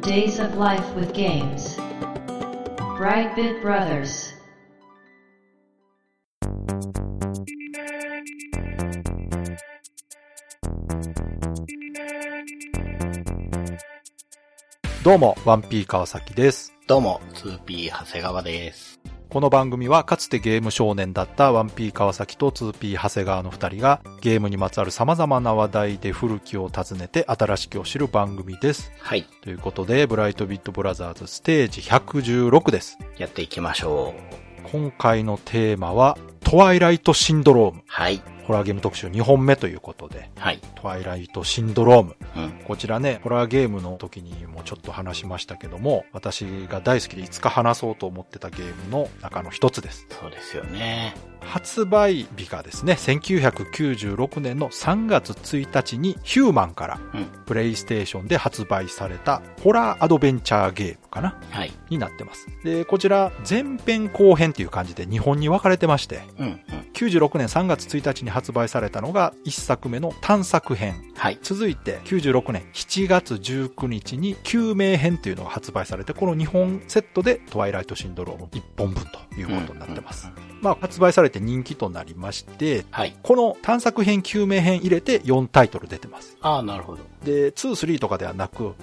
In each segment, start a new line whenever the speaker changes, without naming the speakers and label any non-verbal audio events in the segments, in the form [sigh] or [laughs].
Days of Life with Games. Brightbit Brothers.
どうも、ワンピー川崎です。
どうも、2P 長谷川です。
この番組はかつてゲーム少年だったワンピー川崎と 2P 長谷川の二人がゲームにまつわる様々な話題で古きを訪ねて新しきを知る番組です。
はい、
ということで、ブライトビットブラザーズステージ116です。
やっていきましょう。
今回のテーマは、トワイライトシンドローム。
はい、
ホラーゲーム特集2本目ということで、
はい、
トワイライトシンドローム。
うん、
こちらね、ホラーゲームの時にもちょっと話しましたけども、私が大好きでいつか話そうと思ってたゲームの中の一つです。
そうですよね。
発売日がですね、1996年の3月1日にヒューマンから
うん、
プレイステーションで発売されたホラーアドベンチャーゲームかな
はい、
になってます。で、こちら前編後編っていう感じで日本に分かれてまして、
うん、うん、
96年3月1日に発売されたのが1作目の探索編。
はい、
続いて96年7月19日に救命編というのが発売されてこの2本セットでトワイライトシンドローム1本分ということになってます
うん。うんうん
まあ発売されて人気となりまして
はい、
この探索編救命編入れて4タイトル出てます。
ああ、なるほど。
で、2、3とかではなく
うん、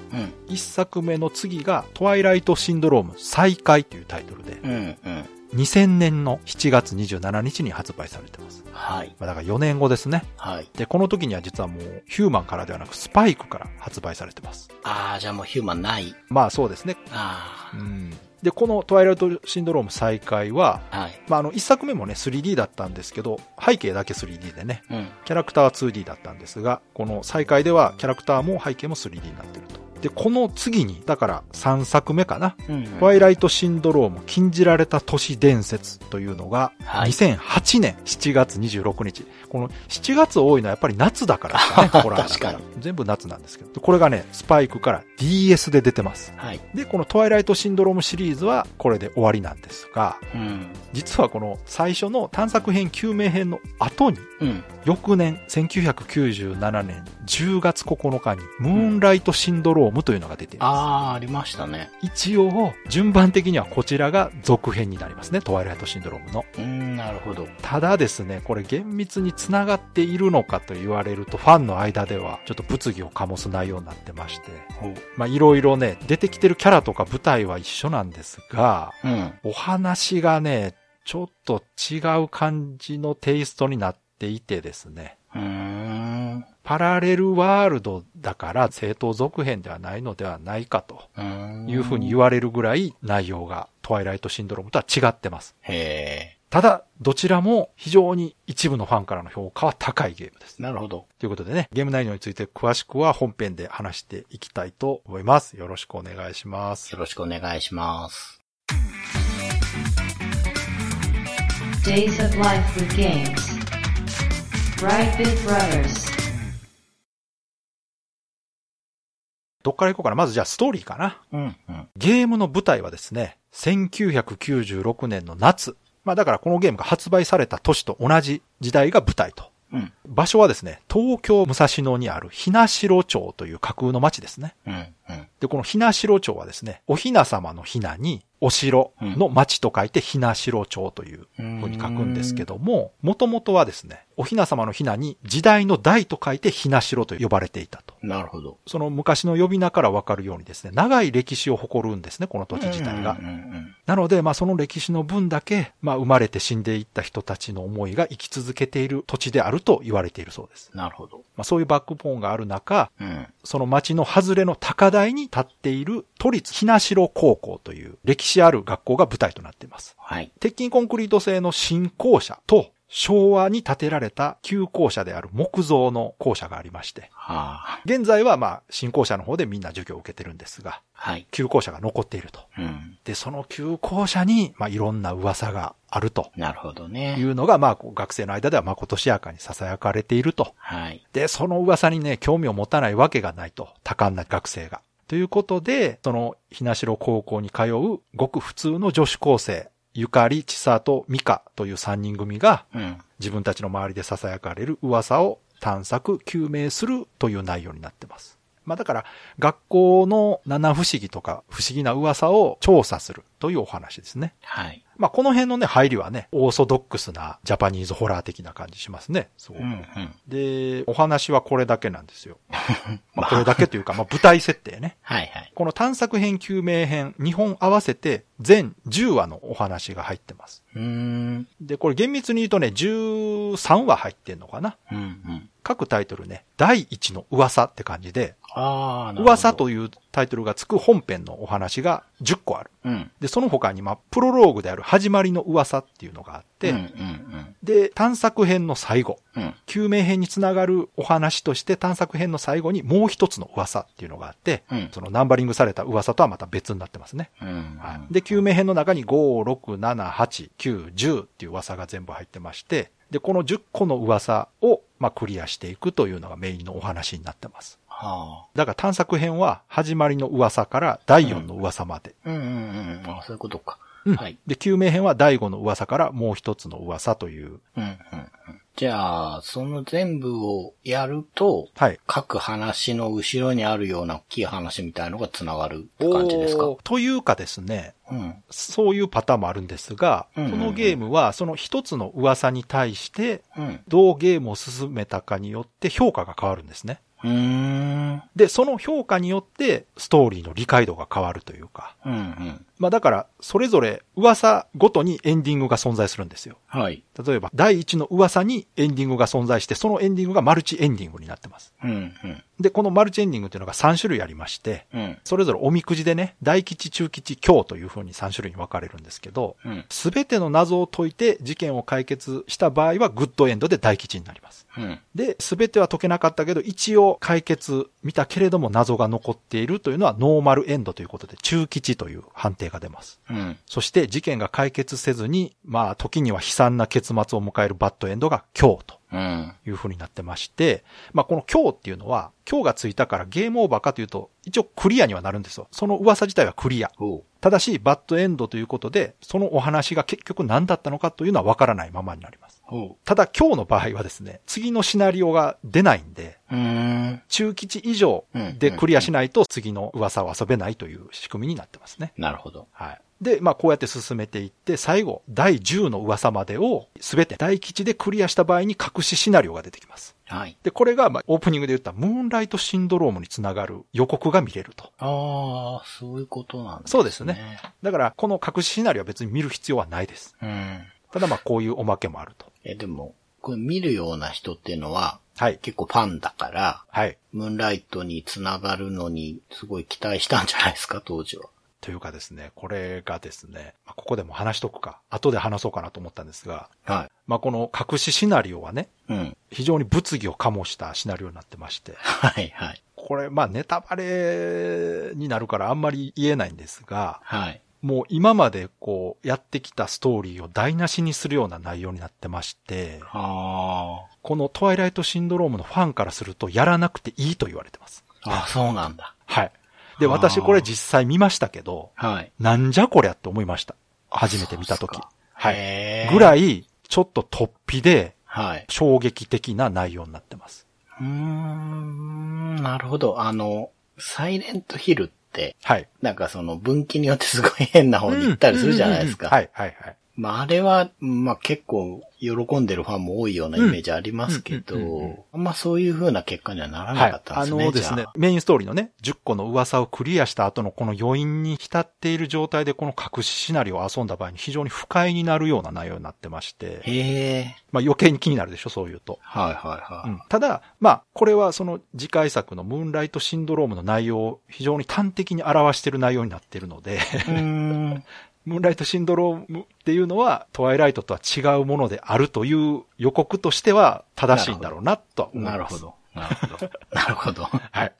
1作目の次がトワイライトシンドローム再開というタイトルで
うん、うん、
2000年の7月27日に発売されてます。
はい、
まあだから4年後ですね。
はい。
で、この時には実はもうヒューマンからではなくスパイクから発売されてます。
ああ、じゃあもうヒューマンない。
まあそうですね。
あ
うん。で、このトワイライトシンドローム再開は、
あ、はい、
まああの1作目もね 3D だったんですけど、背景だけ 3D でね、
うん、
キャラクターは 2D だったんですが、この再開ではキャラクターも背景も 3D になってると。で、この次に、だから3作目かな。
うん、
トワイライトシンドローム禁じられた都市伝説というのが、
はい
2008年7月26日。この7月多いのはやっぱり夏だからですか
[laughs]
ね、ホラーだら
確かに
全部夏なんですけど。これがね、スパイクから DS で出てます。
はい、
で、このトワイライトシンドロームシリーズはこれで終わりなんですが、
うん、
実はこの最初の探索編、救命編の後に、
うん、
翌年、1997年10月9日に、ムーンライトシンドロームというのが出ています。
ああ、ありましたね。
一応、順番的にはこちらが続編になりますね、トワイライトシンドロームの。
うん、なるほど。
ただですね、これ厳密に繋がっているのかと言われると、ファンの間ではちょっと物議を醸す内容になってまして、
ほう
まあいろいろね、出てきてるキャラとか舞台は一緒なんですが、
うん、
お話がね、ちょっと違う感じのテイストになっていてですね、
うーん、う
パラレルワールドだから正当続編ではないのではないかと
ーん。
いうふうに言
わ
われるぐらい内容がトワイライトシンドロームとは違ってます。
へ
ただ、どちらも非常に一部のファンからの評価は高いゲームです
え、。なるほど。
ということでね、ゲーム内容について詳しくは本編で話していきたいと思います。よろしくお願いします。
よろしくお願いします。
Days of Life with Games. Brightbit Brothers.
どっから行こうかな。まずじゃあストーリーかな。
うん、うん。
ゲームの舞台はですね、1996年の夏。まあだからこのゲームが発売された年と同じ時代が舞台と。
うん、
場所はですね、東京武蔵野にあるひなしろ町という架空の町ですね。
うん、うん。
で、このひなしろ町はですね、おひな様のひなに、お城の町と書いてひなしろ町という
うん
風に書くんですけども、もともとはですね、おひな様のひなに時代の代と書いてひなしろと呼ばれていたと。
なるほど。
その昔の呼び名からわかるようにですね、長い歴史を誇るんですね、この土地自体が
うん。うん
なので、まあその歴史の分だけ、まあ生まれて死んでいった人たちの思いが生き続けている土地であると言われているそうです。
うん、なるほど。
まあそういうバックボーンがある中、
うん。
その町の外れの高台に立っている都立ひなしろ高校という歴史ある学校が舞台となっています。
はい。
鉄筋コンクリート製の新校舎と昭和に建てられた旧校舎である木造の校舎がありまして、
はあ。
現在はまあ新校舎の方でみんな授業を受けてるんですが、
はい。
旧校舎が残っていると。
うん。
で、その旧校舎にまあいろんな噂があると
なるほど
い
ね。
うのがまあこう学生の間ではまことしやかに囁かれていると
はい。
で、その噂にね、興味を持たないわけがないと、多感な学生が。ということで、その、ひなしろ高校に通う、ごく普通の女子高生、ゆかり、ちさと、みかという3人組が、
うん。
自分たちの周りで囁かれる噂を探索、究明するという内容になってます。まあだから、学校の七不思議とか不思議な噂を調査するというお話ですね。
はい。
まあこの辺のね、入りはね、オーソドックスなジャパニーズホラー的な感じしますね。そうう。
んうん。
で、お話はこれだけなんです
[laughs]
よ。まあこれだけというか、まあ舞台設定ね。
はいはい。
この探索編、救命編、2本合わせて全10話のお話が入ってます。
うーん。
で、これ厳密に言うとね、13話入ってんのかな
うんうん。
各タイトルね、第一の噂って感じで、
ああ、なるほど。
噂。というタイトルがつく本編のお話が10個ある。
うん。
で、その他に、まあ、プロローグである始まりの噂っていうのがあって、
うんうん
で、探索編の最後、
うん。うん。
救命編につながるお話として探索編の最後にもう一つの噂っていうのがあって、
うん
そのナンバリングされた噂とはまた別になってますね。
うん。
はい、で、救命編の中に5、6、7、8、9、10っていう噂が全部入ってまして、で、この10個の噂を、まあ、クリアしていくというのがメインのお話になってます。
は
だから探索編は始まりの噂から第4の噂まで。
あ。うんうんうん。あそういうことか。
うん
はい。
で、救命編は第5の噂からもう一つの噂という。
うんうんうん。じゃあ、その全部をやると、
はい。
各話の後ろにあるような大きい話みたいのが繋がるって感じですか
おーというかですね、
うん。
そういうパターンもあるんですが、
うんうんうん
このゲームはその一つの噂に対して、
うん。
どうゲームを進めたかによって評価が変わるんですね。
うーん。
で、その評価によって、ストーリーの理解度が変わるというか。
うんうん。
まあだから、それぞれ噂ごとにエンディングが存在するんですよ。
はい。
例えば、第一の噂にエンディングが存在して、そのエンディングがマルチエンディングになってます。
うんうん。
で、このマルチエンディングっていうのが3種類ありまして、
うん。
それぞれおみくじでね、大吉、中吉、京という風に3種類に分かれるんですけど、
うん。
すべての謎を解いて事件を解決した場合はグッドエンドで大吉になります。
うん。
で、すべては解けなかったけど、一応解決見たけれども謎が残っているというのはノーマルエンドということで、中吉という判定が出ます。
うん。
そして事件が解決せずに、まあ時には悲惨な結末を迎えるバッドエンドが今日と
うん。
いうふうになってまして、まあこの今日っていうのは、今日がついたからゲームオーバーかというと、一応クリアにはなるんですよ。その噂自体はクリア。
おう。
ただし、バッドエンドということで、そのお話が結局何だったのかというのはわからないままになります。
おう。
ただ今日の場合はですね、次のシナリオが出ないんで、
うーん。
中吉以上でクリアしないと次の噂を遊べないという仕組みになってますね。
なるほど。
はい。で、まあこうやって進めていって、最後、第10の噂までを全て大吉でクリアした場合に隠しシナリオが出てきます。
はい。
で、これが、まあ、オープニングで言ったムーンライトシンドロームにつながる予告が見れると。
ああ、そういうことなんですね。
そうですね。だから、この隠しシナリオは別に見る必要はないです。
うん。
ただ、まあ、こういうおまけもあると。
え、でも、これ見るような人っていうのは、
はい。
結構ファンだから、
はい。
ムーンライトに繋がるのに、すごい期待したんじゃないですか、当時は。
というかですね、これがですね、まあここでも話しとくか、後で話そうかなと思ったんですが、
は
まあ、この隠しシナリオはね、
い。うん。
非常に物議を醸したシナリオになってまして、
はい、はい。
これ、まあ、ネタバレになるからあんまり言えないんですが、
はい。
もう今までこう、やってきたストーリーを台無しにするような内容になってまして、
あ
このトワイライトシンドロームのファンからすると、やらなくていいと言われてます。
あ。あそうなんだ。
はい。で、
あー
私これ実際見ましたけど、
はい。
なんじゃこりゃって思いました。初めて見たとき
そうっす。
はい
い
ぐら
い。
い、ちょっと突飛で、
はい。
衝撃的な内容になってます。
うーん、なるほど。あの、サイレントヒルって、
はい。
なんかその分岐によってすごい変な方に行ったりするじゃないですか。
うんうんうんはい、はい、はい。
まあ、あれは、まあ結構喜んでるファンも多いようなイメージありますけ
うんうんうんうん
ど、あんまそういう風な結果にはなら
は
ないかっ。たん
あ
ですね。
のですね
じゃ、
メインストーリーのね、10個の噂をクリアした後のこの余韻に浸っている状態でこの隠しシナリオを遊んだ場合に非常に不快になるような内容になってまし
あ
て、
へえ。
まあ余計に気になるでしょ、そういうと。
はいはいはい。
うんただ、まあ、これはその次回作のムーンライトシンドロームの内容を非常に端的に表している内容になっているので、
うーん。
ムーンライトシンドロームっていうのはトワイライトとは違うものであるという予告としては正しいんだろうなとは思います。
なるほ。ど。なるほど。なるほど。
はい。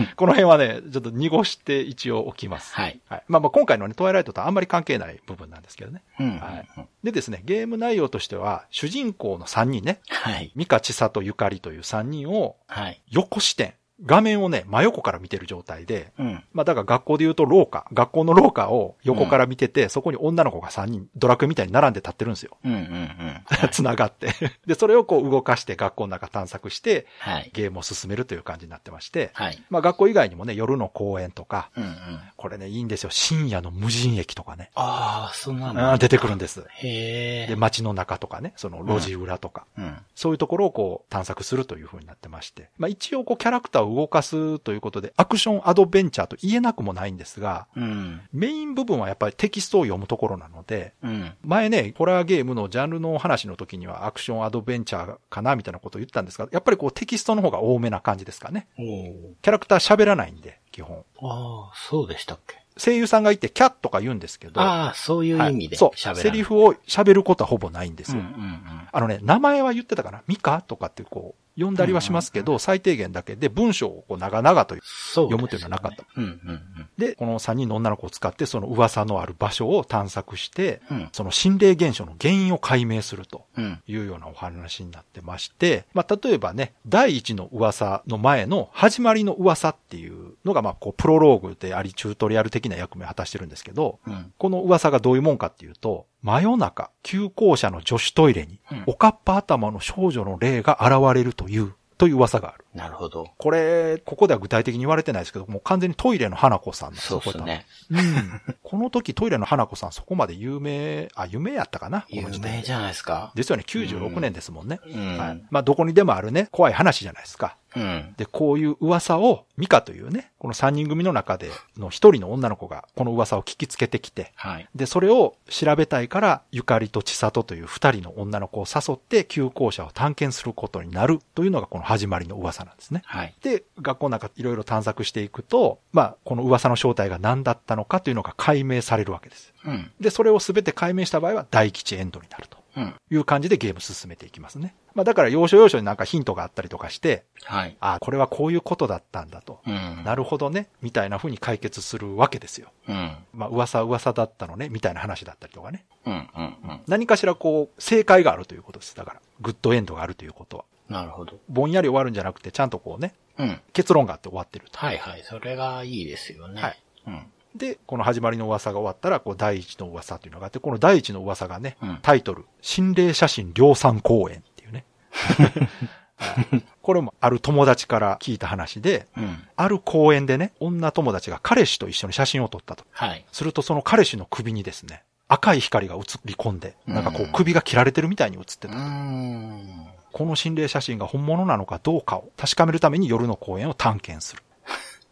うん
この辺はね、ちょっと濁して一応置きます。
[laughs] はい。
はい。まあまあ今回のね、トワイライトとはあんまり関係ない部分なんですけどね。
うん
は
はいい。
でですね、ゲーム内容としては、主人公の3人ね、
はい。
ミカ、チサとゆかりという3人を
はい。
横視点、画面をね、真横から見てる状態で、
うん。
まあだから学校で言うと廊下、学校の廊下を横から見てて、そこに女の子が3人、ドラクエみたいに並んで立ってるんですよ。
うんうんうん。
繋がって。 [laughs] で、それをこう動かして学校の中探索して、
はい。
ゲームを進めるという感じになってまして、
はい。
まあ学校以外にもね、夜の公園とか、
うんうん。
これね、いいんですよ。深夜の無人駅とかね。
ああ、そんな
あー
の。
出てくるんです。
へ
で、
え。
街の中とかね、その路地裏とか、
うん。
そういうところをこう探索するという風になってまして。まあ一応こうキャラクターを動かすということで、アクションアドベンチャーと言えなくもないんですが、
うん。
メイン部分はやっぱりテキストを読むところなので、
うん。
前ね、ホラーゲームのジャンルのお話の時にはアクションアドベンチャーかなみたいなことを言ったんですが、やっぱりこうテキストの方が多めな感じですかね。
おお。
キャラクター喋らないんで、基本。
ああ、そうでしたっけ
声優さんがいてキャッとか言うんですけど、
ああ、そういう
はい
意味で
そう、
喋らない。
セリフを喋ることはほぼないんです
うん
よ。
うんうん。
あのね、名前は言ってたかなミカとかってこう、呼んだりはしますけど、最低限だけで文章をこう長々と
そうですよね。
読むというのはなかった
うんうん
で、この3人の女の子を使ってその噂のある場所を探索して、
うん。うん。
その心霊現象の原因を解明すると
うん。
いうようなお話になってまして、まあ、例えばね、第一の噂の前の始まりの噂っていうのが、まあ、こう、プロローグであり、チュートリアル的な役目を果たしてるんですけど、
うん。
この噂がどういうもんかっていうと、真夜中、旧校舎の女子トイレに
うん、
おかっぱ頭の少女の霊が現れるという、という噂がある。
なるほど。
これ、ここでは具体的に言われてないですけど、もう完全にトイレの花子さんなんです
そ
よ
うですね。
うんこの時トイレの花子さんそこまで有名、あ、有名やったかな
有
この時
名
点
じゃないですか。
ですよね、96年ですもんね。
う
は
ん
い。。まあ、どこにでもあるね、怖い話じゃないですか。
うん。
で、こういう噂を、ミカというね、この3人組の中での1人の女の子が、この噂を聞きつけてきて、
はい。
で、それを調べたいから、ゆかりと千里という2人の女の子を誘って、旧校舎を探検することになるというのが、この始まりの噂なんですね。
はい。
で、学校の中いろいろ探索していくと、まあ、この噂の正体が何だったのかというのが解明されるわけです。
うん。
で、それを全て解明した場合は大吉エンドになると
うん。
いう感じでゲーム進めていきますね。まあ、だから要所要所になんかヒントがあったりとかして、
はい。
ああ、これはこういうことだったんだと。
うん。
なるほどね、みたいな風に解決するわけですよ。
うん。
まあ、噂は噂だったのね、みたいな話だったりとかね。
うん。うん。うん。
何かしらこう、正解があるということです。だから、グッドエンドがあるということは。
なるほど。
ぼんやり終わるんじゃなくて、ちゃんとこうね、
うん。
結論があって終わってると。
はいはい。それがいいですよね。
はい。
うん。
で、この始まりの噂が終わったら、こう、第一の噂というのがあって、この第一の噂がね、
うん
タイトル、心霊写真量産公演っていうね。 [laughs] はいこれもある友達から聞いた話で、
うん。
ある公園でね、女友達が彼氏と一緒に写真を撮ったと。
はい。
するとその彼氏の首にですね、赤い光が映り込んで、なんかこ
う
うん首が切られてるみたいに映って
う
た。
ーん。
この心霊写真が本物なのかどうかを確かめるために夜の公園を探検する。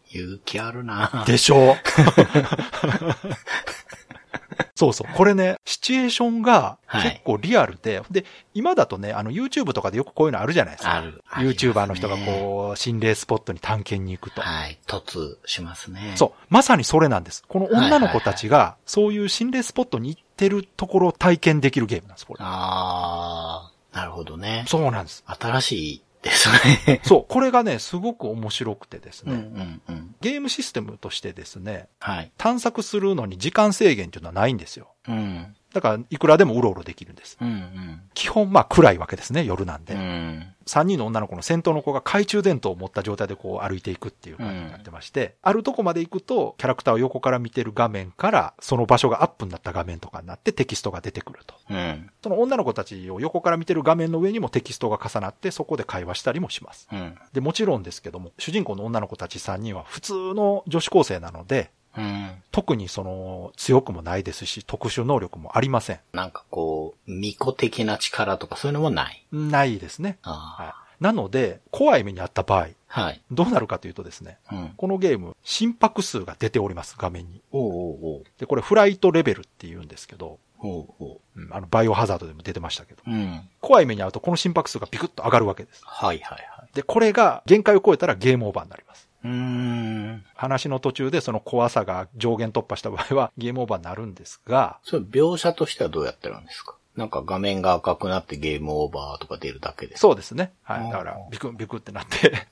勇気あ
[laughs]
るな
でしょうそうそう。これね、シチュエーションが
はい
結構リアルで、で、今だとね、あの YouTube とかでよくこういうのあるじゃないですか。
ある。
YouTuber の人が
ありま
こう、心霊スポットに探検に行くと。
すねはい。突しますね。
そう。まさにそれなんです。この女の子たちが、そういう心霊スポットに行ってるところを体験できるゲームなんです、これ。
あー。なるほどね。
そうなんです。
新しいです
[laughs]
ね。
そう。これがね、すごく面白くてです
うん
ね。
うんうん。
ゲームシステムとしてですね、
はい。
探索するのに時間制限というのはないんですよ。
うん。
だから、いくらでもうろうろできるんです。
うんうん。
基本、まあ、暗いわけですね、夜なんで。
うん。
3人の女の子の先頭の子が懐中電灯を持った状態でこう歩いていくっていう感じになってまして、あるとこまで行くと、キャラクターを横から見てる画面から、その場所がアップになった画面とかになってテキストが出てくると。
うん。
その女の子たちを横から見てる画面の上にもテキストが重なって、そこで会話したりもします。
うん。
で、もちろんですけども、主人公の女の子たち3人は普通の女子高生なので、
うん。
特にその強くもないですし、特殊能力もありません。
なんかこう、巫女的な力とかそういうのもない。
ないですね。
あ
はい。なので、怖い目にあった場合、
あ。はい。
どうなるかというとですね、
うん。
このゲーム、心拍数が出ております、画面に。
おうおう
で、これフライトレベルって言うんですけど、
おう。おうおう。
うんあの、バイオハザードでも出てましたけど、
うん。
怖い目に遭うとこの心拍数がビクッと上がるわけです。
はいはいはい。
で、これが限界を超えたらゲームオーバーになります。
うーん。
話の途中でその怖 [laughs] さが上限突破した場合はゲームオーバーになるんですが、
それ描写としてはどうやってるんですかなんか画面が赤くなってゲームオーバーとか出るだけです。
そうですね。は
あ
い。
ー
だから、ビクンビクンってなって。 [laughs]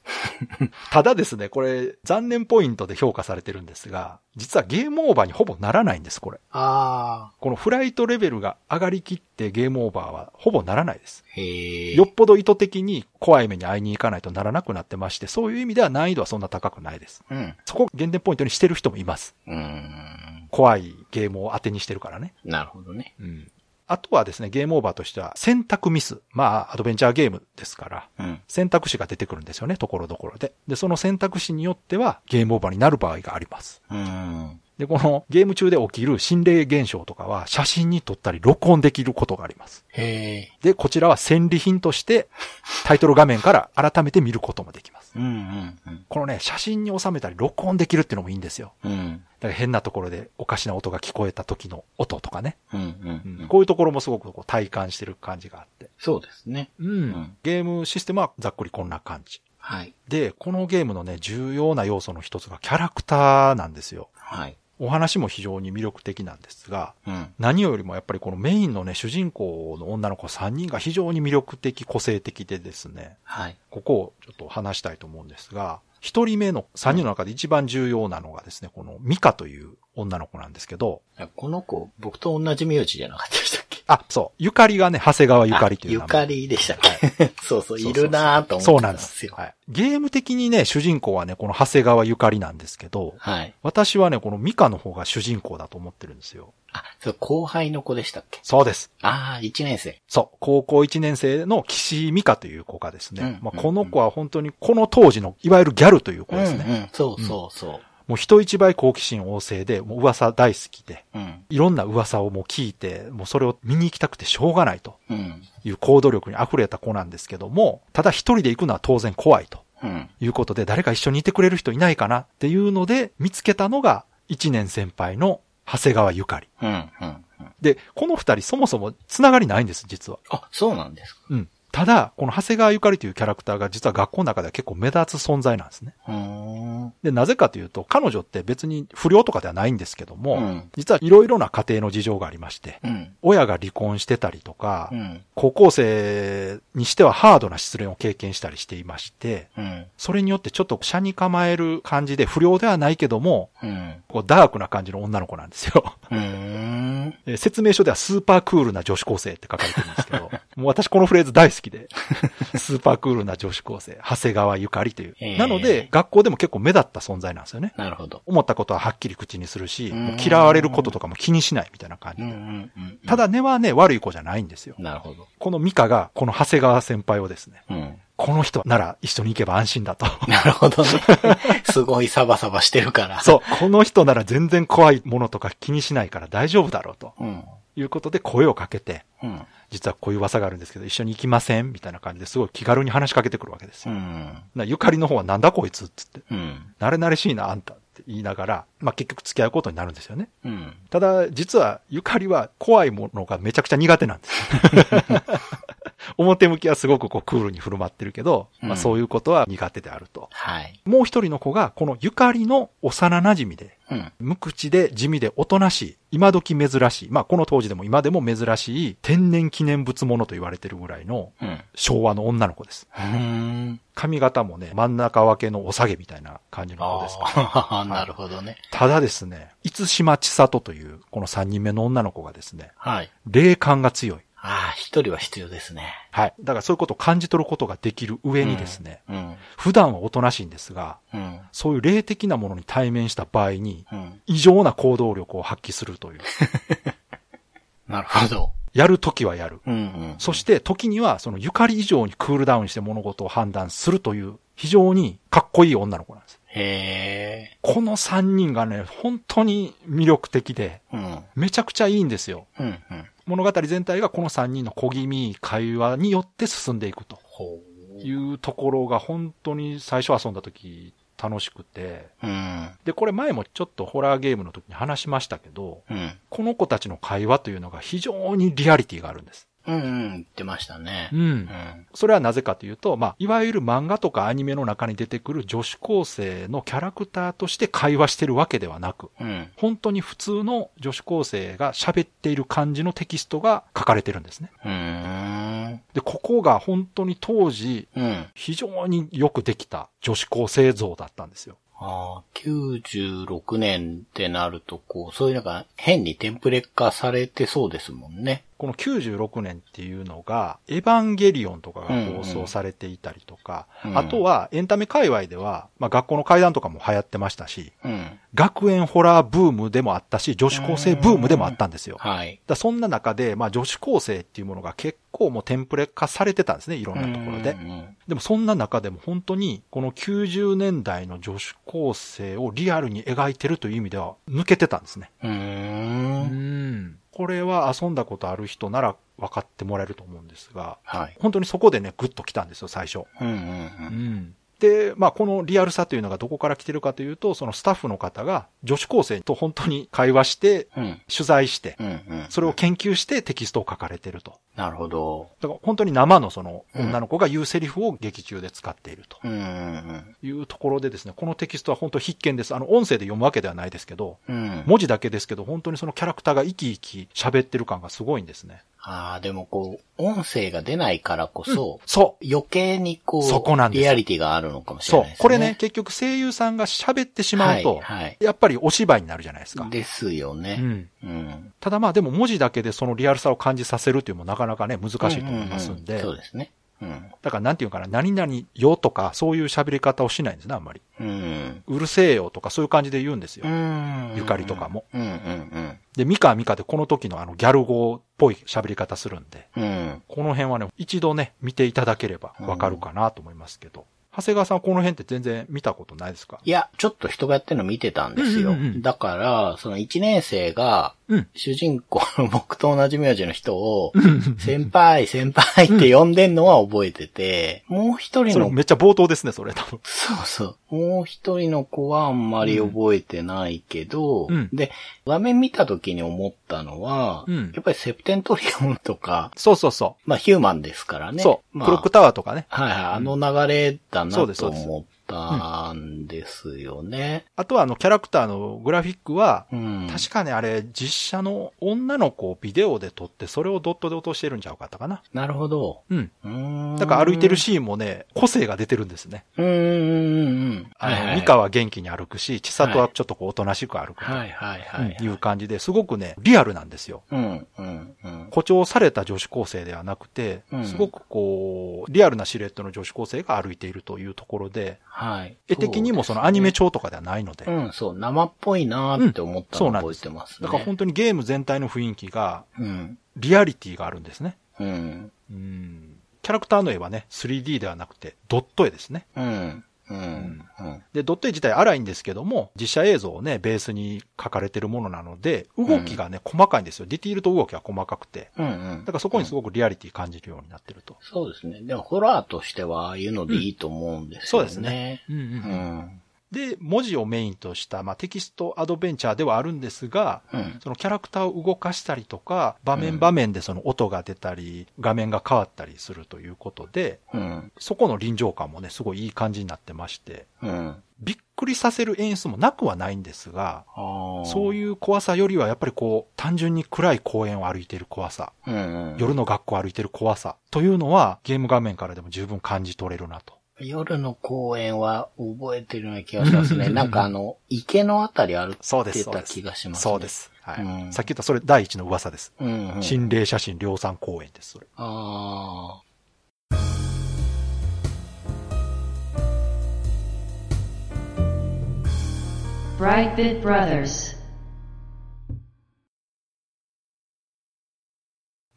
ただですね、これ、残念ポイントで評価されてるんですが、実はゲームオーバーにほぼならないんです、これ。
あ
このフライトレベルが上がりきってゲームオーバーはほぼならないです。
ー。へえ。
よっぽど意図的に怖い目に会いに行かないとならなくなってまして、そういう意味では難易度はそんな高くないです。
うん。
そこを原点ポイントにしてる人もいます。
うーん。
怖いゲームを当てにしてるからね。
なるほどね。
うん。あとはですね、ゲームオーバーとしては選択ミス。まあ、アドベンチャーゲームですから、
うん。
選択肢が出てくるんですよね、ところどころで。で、その選択肢によってはゲームオーバーになる場合があります。
うーん。
で、このゲーム中で起きる心霊現象とかは写真に撮ったり録音できることがあります。
へえ。
で、こちらは戦利品としてタイトル画面から改めて見ることもできます。
うんうんうん。
このね、写真に収めたり録音できるっていうのもいいんですよ。
うん。
だから変なところでおかしな音が聞こえた時の音とかね。
うんうんうん。
こういうところもすごくこう体感してる感じがあって。
そうですね。ん
ゲームシステムはざっくりこんな感じ。
はい。
で、このゲームのね、重要な要素の一つがキャラクターなんですよ。
はい。
お話も非常に魅力的なんですが、
うん。
何よりもやっぱりこのメインのね、主人公の女の子3人が非常に魅力的、個性的でですね、
はい。
ここをちょっと話したいと思うんですが、1人目の3人の中で一番重要なのがですね、このミカという女の子なんですけど、
いやこの子、僕と同じ名字じゃなかったでしたっけ
あ、そう、ゆかりがね、長谷川ゆかりという
あ
名
ゆか
前。
りでしたっけ [laughs] そうそう、いるなぁと思って
そうな
た
ん
ん
で
です
す。
よ。
はい、ゲーム的にね、主人公はね、この長谷川ゆかりなんですけど、
はい。
私はね、このミカの方が主人公だと思ってるんですよ。
あ、そう、後輩の子でしたっけ
そうです。
ああ、一年生。
そう、高校1年生の岸井美香という子がですね、
うん
まあ、この子は本当にこの当時のいわゆるギャルという子ですね。
うんうん、そうそうそ
もう人一倍好奇心旺盛で、もう噂大好きで、
う。うん。
いろんな噂をもう聞いて、もうそれを見に行きたくてしょうがないと
うん。
いう行動力に溢れた子なんですけども、ただ一人で行くのは当然怖いと
うん。
いうことで、誰か一緒にいてくれる人いないかなっていうので、見つけたのが1年先輩の長谷川ゆかり。
うん。うん。うん
で、この二人そもそもつながりないんです、実は。
あ、そうなんですか。
うん。ただ、この長谷川ゆかりというキャラクターが実は学校の中では結構目立つ存在なんですね。
うーん。
で、なぜかというと、彼女って別に不良とかではないんですけども、
うん
実はいろいろな家庭の事情がありまして、
うん。
親が離婚してたりとか、
うん。
高校生にしてはハードな失恋を経験したりしていまして、
うん。
それによってちょっと車に構える感じで不良ではないけども、
うん。
こうダークな感じの女の子なんですよ。 [laughs]
うーん。
えー説明書ではスーパークールな女子高生って書かれてるんですけど、
[laughs]
もう私このフレーズ大好きで、スーパークールな女子高生、長谷川ゆかりという
へー。
なので、学校でも結構目立った存在なんですよね。
なるほど。
思ったことははっきり口にするし、
うん
もう嫌われることとかも気にしないみたいな感
う
じ
ん。う
で。
ん。うん。
た、だ根はね、悪い子じゃないんですよ。
なるほど。
このミカが、この長谷川先輩をですね、
うん。
この人なら一緒に行けば安心だと。 [laughs]
なるほどね。すごいサバサバしてるから。
そう、この人なら全然怖いものとか気にしないから大丈夫だろうと
う。うん。
いうことで声をかけて、
うん。
実はこういう噂があるんですけど、一緒に行きませんみたいな感じですごい気軽に話しかけてくるわけです
う
よ。
ん。
なゆかりの方はなんだこいつっつって、
うん。
慣れ慣れしいな、あんたって言いながら、まあ、結局付き合うことになるんですよね。
うん。
ただ、実はゆかりは怖いものがめちゃくちゃ苦手なんです。 [laughs] 表向きはすごくこうクールに振る舞ってるけど、ま
うん
あ、そういうことは苦手であると。
はい。
もう一人の子が、このゆかりの幼馴染で、
うん。
無口で地味でおとなしい、今時珍しい、まあこの当時でも今でも珍しい天然記念物ものと言われてるぐらいの
うん。
昭和の女の子です。
うん。
髪型もね、真ん中分けのお下げみたいな感じの子です。
ああ、なるほどね。
ただですね、五島千里というこの3人目の女の子がですね、
はい。
霊感が強い。
ああ、一人は必要ですね。
はい。だからそういうことを感じ取ることができる上にですね、
うん。
普段はおとなしいんですが、
うん。
そういう霊的なものに対面した場合に、
うん。
異常な行動力を発揮するという。
なるほど。
やるときはやる。
うんうん。
そして時にはそのゆかり以上にクールダウンして物事を判断するという非常にかっこいい女の子なんです。
へえ。
この3人がね、本当に魅力的で、
うん。
めちゃくちゃいいんですよ。
うんうん。
物語全体がこの3人の小気味い会話によって進んでいくと
ほ。
いううところが本当に最初遊んだ時楽しくて、
うん。
で、これ前もちょっとホラーゲームの時に話しましたけど、
うん。
この子たちの会話というのが非常にリアリティがあるんです。
うんうん、言ってましたね
う。ん
う。ん。
それはなぜかというと、まあ、いわゆる漫画とかアニメの中に出てくる女子高生のキャラクターとして会話してるわけではなく、
うん。
本当に普通の女子高生が喋っている感じのテキストが書かれてるんですね。
うーん。
で、ここが本当に当時、
うん。
非常によくできた女子高生像だったんですよ。
ああ、96年ってなると、こう、そういうなんか変にテンプレ化されてそうですもんね。
この96年っていうのが、エヴァンゲリオンとかが放送されていたりとか、
うん
あとはエンタメ界隈では、まあ学校の階段とかも流行ってましたし、
うん。
学園ホラーブームでもあったし、女子高生ブームでもあったんですよ。だか
はい。
らそんな中で、まあ女子高生っていうものが結構もうテンプレ化されてたんですね、いろんなところで
う。んうん
でもそんな中でも本当に、この90年代の女子高生をリアルに描いてるという意味では抜けてたんですね。
うん。うーん。
これは遊んだことある人なら分かってもらえると思うんですが、
はい。
本当にそこでね、グッと来たんですよ、最初。
うんうん
で、まあ、このリアルさというのがどこから来てるかというと、そのスタッフの方が女子高生と本当に会話して、
うん。うん。
取材して
う、んうん。
それを研究してテキストを書かれてると。
なるほど。
だから本当に生のその
うん
女の子が言うセリフを劇中で使っていると
うんうん
いうところでですね、このテキストは本当必見です。あの、音声で読むわけではないですけど、
うん。うん。
文字だけですけど、本当にそのキャラクターが生き生き喋ってる感がすごいんですね。
ああ、でもこう、音声が出ないからこそ、
そう。
余計にこう、
そこなんです
リアリティがあるのかもしれ
そう
ないですね。。
これね、、結局声優さんが喋ってしまうと、
はい、
やっぱりお芝居になるじゃないです
は
か
い。。ですよ
う
ね。
ん。
うん。
ただまあでも文字だけでそのリアルさを感じさせるというのもなかなかね、難しいと思いますん
う
で
うう。そうですね。うん。
だからなんていうかな、何々よとかそういう喋り方をしないんですね、あんまり。
うん。
うるせえよとかそういう感じで言うんですよ。
うん
ゆかりとかも。
うんうん
で、ミカはミカでこの時のあのギャル語っぽい喋り方するんで、
うん。うん。
この辺はね、一度ね、見ていただければわかるかなと思いますけど。長谷川さんはこの辺って全然見たことないですか
いや、ちょっと人がやってるの見てたんですよ。
うんうんうん
だから、その一年生が、
うん。 [laughs]
主人公の僕と同じ名字の人を、先輩、先輩って呼んでんのは覚えてて、もう一人
それ
の
めっちゃ冒頭ですね、それ多分。
そうそう。もう一人の子はあんまり覚えてないけど、
うん
で、画面見た時に思ったのは、
うん
やっぱりセプテントリオンとか、
そうそうそ
まあヒューマンですから
う。
ね。
そう、
まあ、
クロックタワーとかね。
はいはい、あの流れだ
そう
な
です
と
そうです
思ったんですよね。
あとはあのキャラクターのグラフィックは、
うん。
確かね、あれ、実写の女の子をビデオで撮って、それをドットで落としてるんちゃうかったかな。
なるほど。
うん。
うーん。
だから歩いてるシーンもね、個性が出てるんですね。
うんうんうんうん。
あの、
はい
ミカは元気に歩くし、千里はちょっとこう、おとなしく歩くと
はいはいはい。
いう感じで、すごくね、リアルなんですよ。
うんうんうん。
誇張された女子高生ではなくて
う、ん
すごくこう、リアルなシルエットの女子高生が歩いているというところで、
はい。
絵的にもそのアニメ調とかではないので、
うん、そう、生っぽいなーって思った
うんそ
の
うなんで
覚え
す
てますね。
だから本当にゲーム全体の雰囲気が、
うん。
リアリティがあるんですね。
うん。
うん。キャラクターの絵はね、3D ではなくて、ドット絵ですね。
うん。うん。うん。
で、ドット絵自体荒いんですけども、実写映像をね、ベースに書かれてるものなので、動きがね、細かいんですよ。ディティールと動きが細かくて。
うんうん
だからそこにすごくリアリティ感じるようになってると。
そうですね。でも、ホラーとしては、ああいうのでいいと思うんで
う
すよね。
んそうですね。うんう
うんん。
で、文字をメインとした、まあ、テキストアドベンチャーではあるんですが、
うん。
そのキャラクターを動かしたりとか、場面場面でその音が出たり、画面が変わったりするということで、
うん。
そこの臨場感もね、すごいいい感じになってまして、
うん。
びっくりさせる演出もなくはないんですが、
ああ。
そう
いう。
いう怖さよりはやっぱりこう、単純に暗い公園を歩いている怖さ、
うん、うん。
夜の学校を歩いている怖さというのはゲーム画面からでも十分感じ取れるなと。
夜の公園は覚えてるような気がします
う
ね。
ん
なんかあの、池のあたり歩い
そうです、
て
そう
た
です
気。がします、。
そうですす。はい。
うん
さっき言ったそれ第一の噂です。
うん、うん。
心霊写真量産公園です、それ。
ああ。
Brightbit Brothers.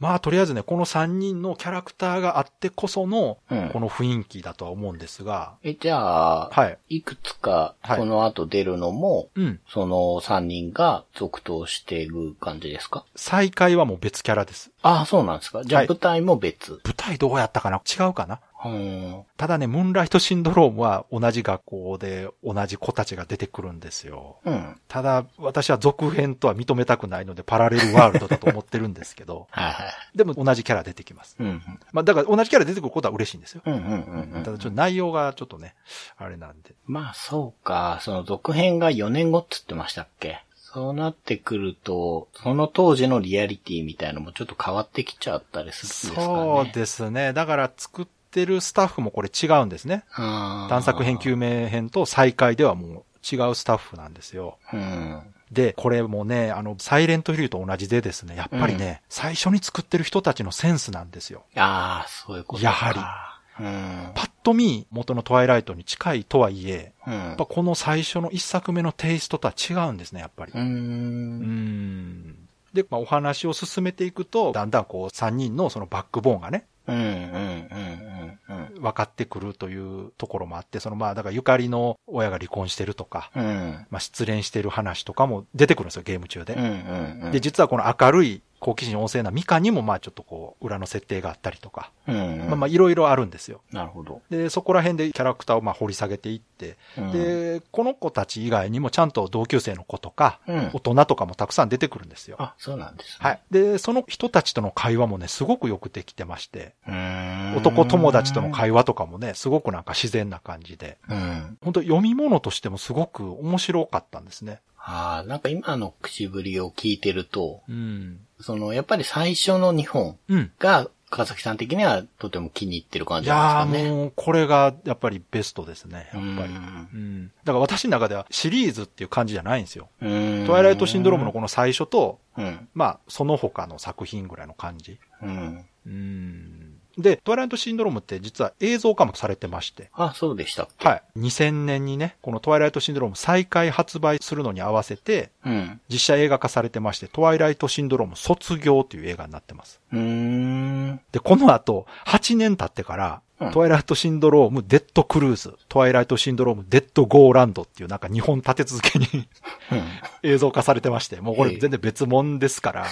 まあとりあえずね、この3人のキャラクターがあってこその、
うん
この雰囲気だとは思うんですが、
え、じゃあ、
はい。
いくつか、
はい
この後出るのも、
うん。
その3人が続投していく感じですか
再会はもう別キャラです。
ああ、そうなんですか。じゃあ
はい
舞台も別。
舞台どうやったかな違うかな
うん。
ただね、ムーンライトシンドロームは同じ学校で同じ子たちが出てくるんですよ。
うん。、
ただ、私は続編とは認めたくないので、パラレルワールドだと思ってるんですけど [laughs]
はいはい。
でも同じキャラ出てきます。
うん。
まあ、だから同じキャラ出てくることは嬉しいんですよ。
うんうんう
た
んうん。
だ、ちょっと内容がちょっとね、あれなんで。
まあそうか、その続編が4年後って言ってましたっけそうなってくると、その当時のリアリティみたいのもちょっと変わってきちゃったりするんですかね。
そうですね。だから作ってるスタッフもこれ違うんですね。探
探
索編、。救命編と再開ではもう違うスタッフなんですよ。
うん。
で、これもね、あの、サイレントヒルと同じでですね、やっぱりね、最初に作ってる人たちのセンスなんですよ。
ああ、そういうことか。
やは
り。うん。
パッと見、元のトワイライトに近いとはいえ、
うん
やっぱこの最初の一作目のテイストとは違うんですね、やっぱり。
うー。
うんん。で、まあ、お話を進めていくと、だんだんこう、3人のそのバックボーンがね、
うん。うん。うん。うん。
分かってくるというところもあって、そのまあ、だからゆかりの親が離婚してるとか、
うん。
まあ、失恋してる話とかも出てくるんですよ、ゲーム中で。
うん。うん。うん。
で、実はこの明るい好奇心旺盛なミカにも、まあちょっとこう、裏の設定があったりとか、
うん。
まあまあいろいろあるんですよ。
なるほど。
で、そこら辺でキャラクターをまあ掘り下げていって、
うん、
で、この子たち以外にもちゃんと同級生の子とか、
うん
大。人とかもたくさん出てくるんですよ。
あ、そうなんです、
はい。。で、その人たちとの会話もね、すごくよくできてまして、
うーん。
男友達との会話とかもね、すごくなんか自然な感じで、
うん。
本当読み物としてもすごく面白かったんですね。
ああ、なんか今の口ぶりを聞いてると、
うん。
その、やっぱり最初の2本
うん。
が、川崎さん的にはとても気に入ってる感
い
じな
やー
んですかね。
もう、これがやっぱりベストですね、やっぱり。
う
うん。だから私の中ではシリーズっていう感じじゃないんですよ。
ーん。
トワイライトシンドロームのこの最初と、
うん。
まあ、その他の作品ぐらいの感じ。
うん。
うん。で、トワイライトシンドロームって実は映像化もされてまして。
あ、そうでしたっけ
はい。2000年にね、このトワイライトシンドローム再開発売するのに合わせて、
うん。
実写映画化されてまして、トワイライトシンドローム卒業という映画になってます。
うーん。
で、この後、8年経ってから、
うん
トワイライトシンドローム、デッドクルーズ、トワイライトシンドローム、デッドゴーランドっていうなんか2本立て続けに映像化されてまして、もうこれ全然別物ですから、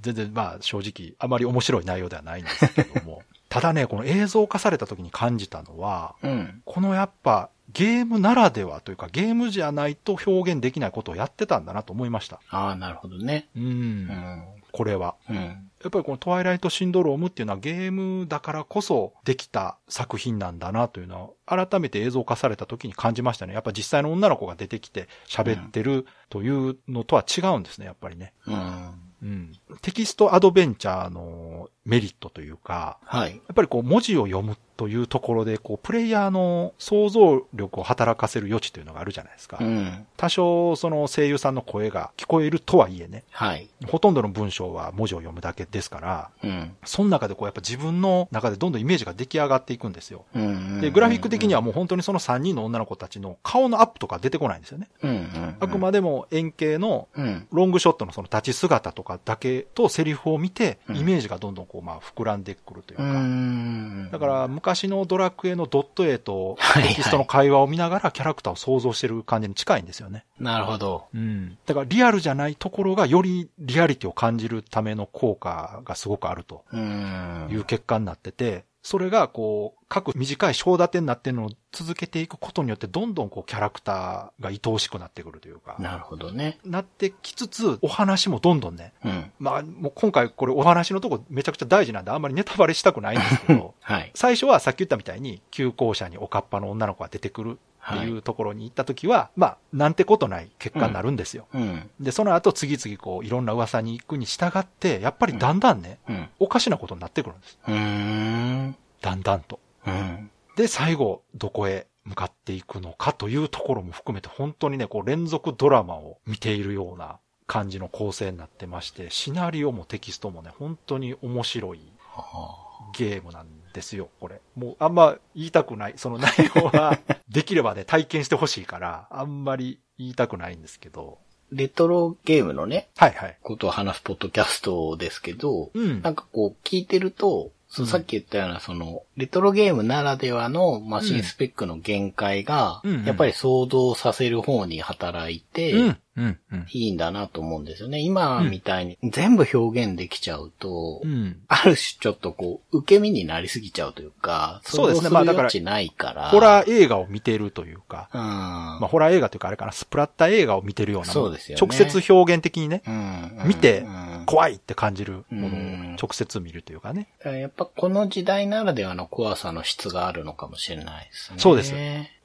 全然まあ正直あまり面白い内容ではないんですけども、ただね、この映像化された時に感じたのは、
うん。
このやっぱゲームならではというかゲームじゃないと表現できないことをやってたんだなと思いました。
ああ、なるほどね。
う、
うんん。
これは。
うん。
やっぱりこのトワイライトシンドロームっていうのはゲームだからこそできた作品なんだなというのは改めて映像化された時に感じましたね。やっぱ実際の女の子が出てきて喋ってるというのとは違うんですね、やっぱりね。
うん。
うん。テキストアドベンチャーのメリットというか、
はい。
やっぱりこう文字を読むというところで、こうプレイヤーの想像力を働かせる余地というのがあるじゃないですか
う。ん。
多少その声優さんの声が聞こえるとはいえね、
はい。
ほとんどの文章は文字を読むだけですから、
うん。
その中でこうやっぱ自分の中でどんどんイメージが出来上がっていくんですよ。
うん。
で、グラフィック的に
は、
はもう本当にその3人の女の子たちの顔のアップとか出てこないんですよね。
うんうん。
あくまでも円形の
うん。
ロングショットのその立ち姿とかだけとセリフを見て、
うん
イメージがどんどんこうまあ膨らんでくるという
う
か。
ん。
だか、ら昔のドラクエのドット絵と
はいはい
テキストの会話を見ながらキャラクターを想像してる感じに近いんですよね。
なるほど。
うん。だからリアルじゃないところがよりリアリティを感じるための効果がすごくあると
うん。
いう結果になってて、それがこう、各短い章立てになってるのを続けていくことによって、どんどんこうキャラクターが愛おしくなってくるというか、
なるほどね。
なってきつつ、お話もどんどんね、
うん。、
まあもう今回これお話のとこめちゃくちゃ大事なんであんまりネタバレしたくないんですけど
[laughs] はい。
最初はさっき言ったみたいに、旧校舎におかっぱの女の子が出てくるって
はいいう
ところに行った時は、まあなんてことない結果になるんですよ。
うん。
で、その後次々こういろんな噂に行くに従って、やっぱりだんだんね、
うん。
おかしなことになってくるんです。
うーん。
だんだんと。
うん。
で、最後、どこへ向かっていくのかというところも含めて、本当にね、こう連続ドラマを見ているような感じの構成になってまして、シナリオもテキストもね、本当に面白い
は
ゲームなんですよ、これ。もうあんま言いたくない。その内容は、できればね、体験してほしいから、あんまり言いたくないんですけど。
レトロゲームのね、
はいはい。
ことを話すポッドキャストですけど、
うん
な。んかこう聞いてると、そう
うん
さっき言ったような、その、レトロゲームならではのマシンスペックの限界が
うんうんうん、
やっぱり想像させる方に働いて、
うん。うん、うん。
いいんだなと思うんですよね。今みたいに全部表現できちゃうと、
うん。
ある種ちょっとこう、受け身になりすぎちゃうというか、
そうですね
想像
まあだから
余地ないから。
ホラー映画を見ているというか、
うん。
まあ、ホラー映画というかあれかな、スプラッタ映画を見てるようなもの
そうですよね
直接表現的にね、
うん、うん
見て
うん
怖いって感じるもの
う
を
ん
直接見るというかね。
だからやっぱこの時代ならではの怖さの質があるのかもしれないですね。
そうです
う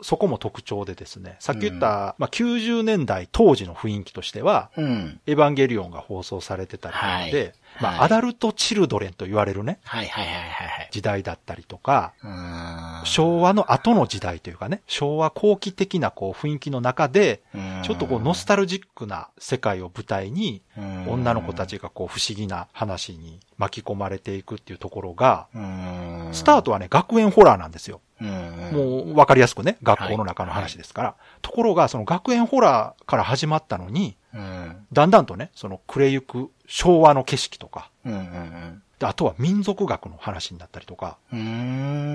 そこも特徴でですね、さっき言った、まあ、90年代当時の雰囲気としては、
ん。
エヴァンゲリオンが放送されてたりとかで、
はい
ま
はい
あ、アダルトチルドレンと言われるね、
はいはいはいはいはい。
時代だったりとか、
うん
昭和の後の時代というかね、昭和後期的なこう雰囲気の中で、ちょっとこうノスタルジックな世界を舞台に、
うん
女の子た。ちがこう不思議な話に巻き込まれていくっていうところが、
うん
スタートはね、学園ホラーなんですよ。
うんうん
もうわかりやすくね、学校の中の話ですから。ところが、その学園ホラーから始まったのに、
うん
だんだんとね、その暮れゆく昭和の景色とか、
うんうん
であとは民族学の話になったりとか、
うんう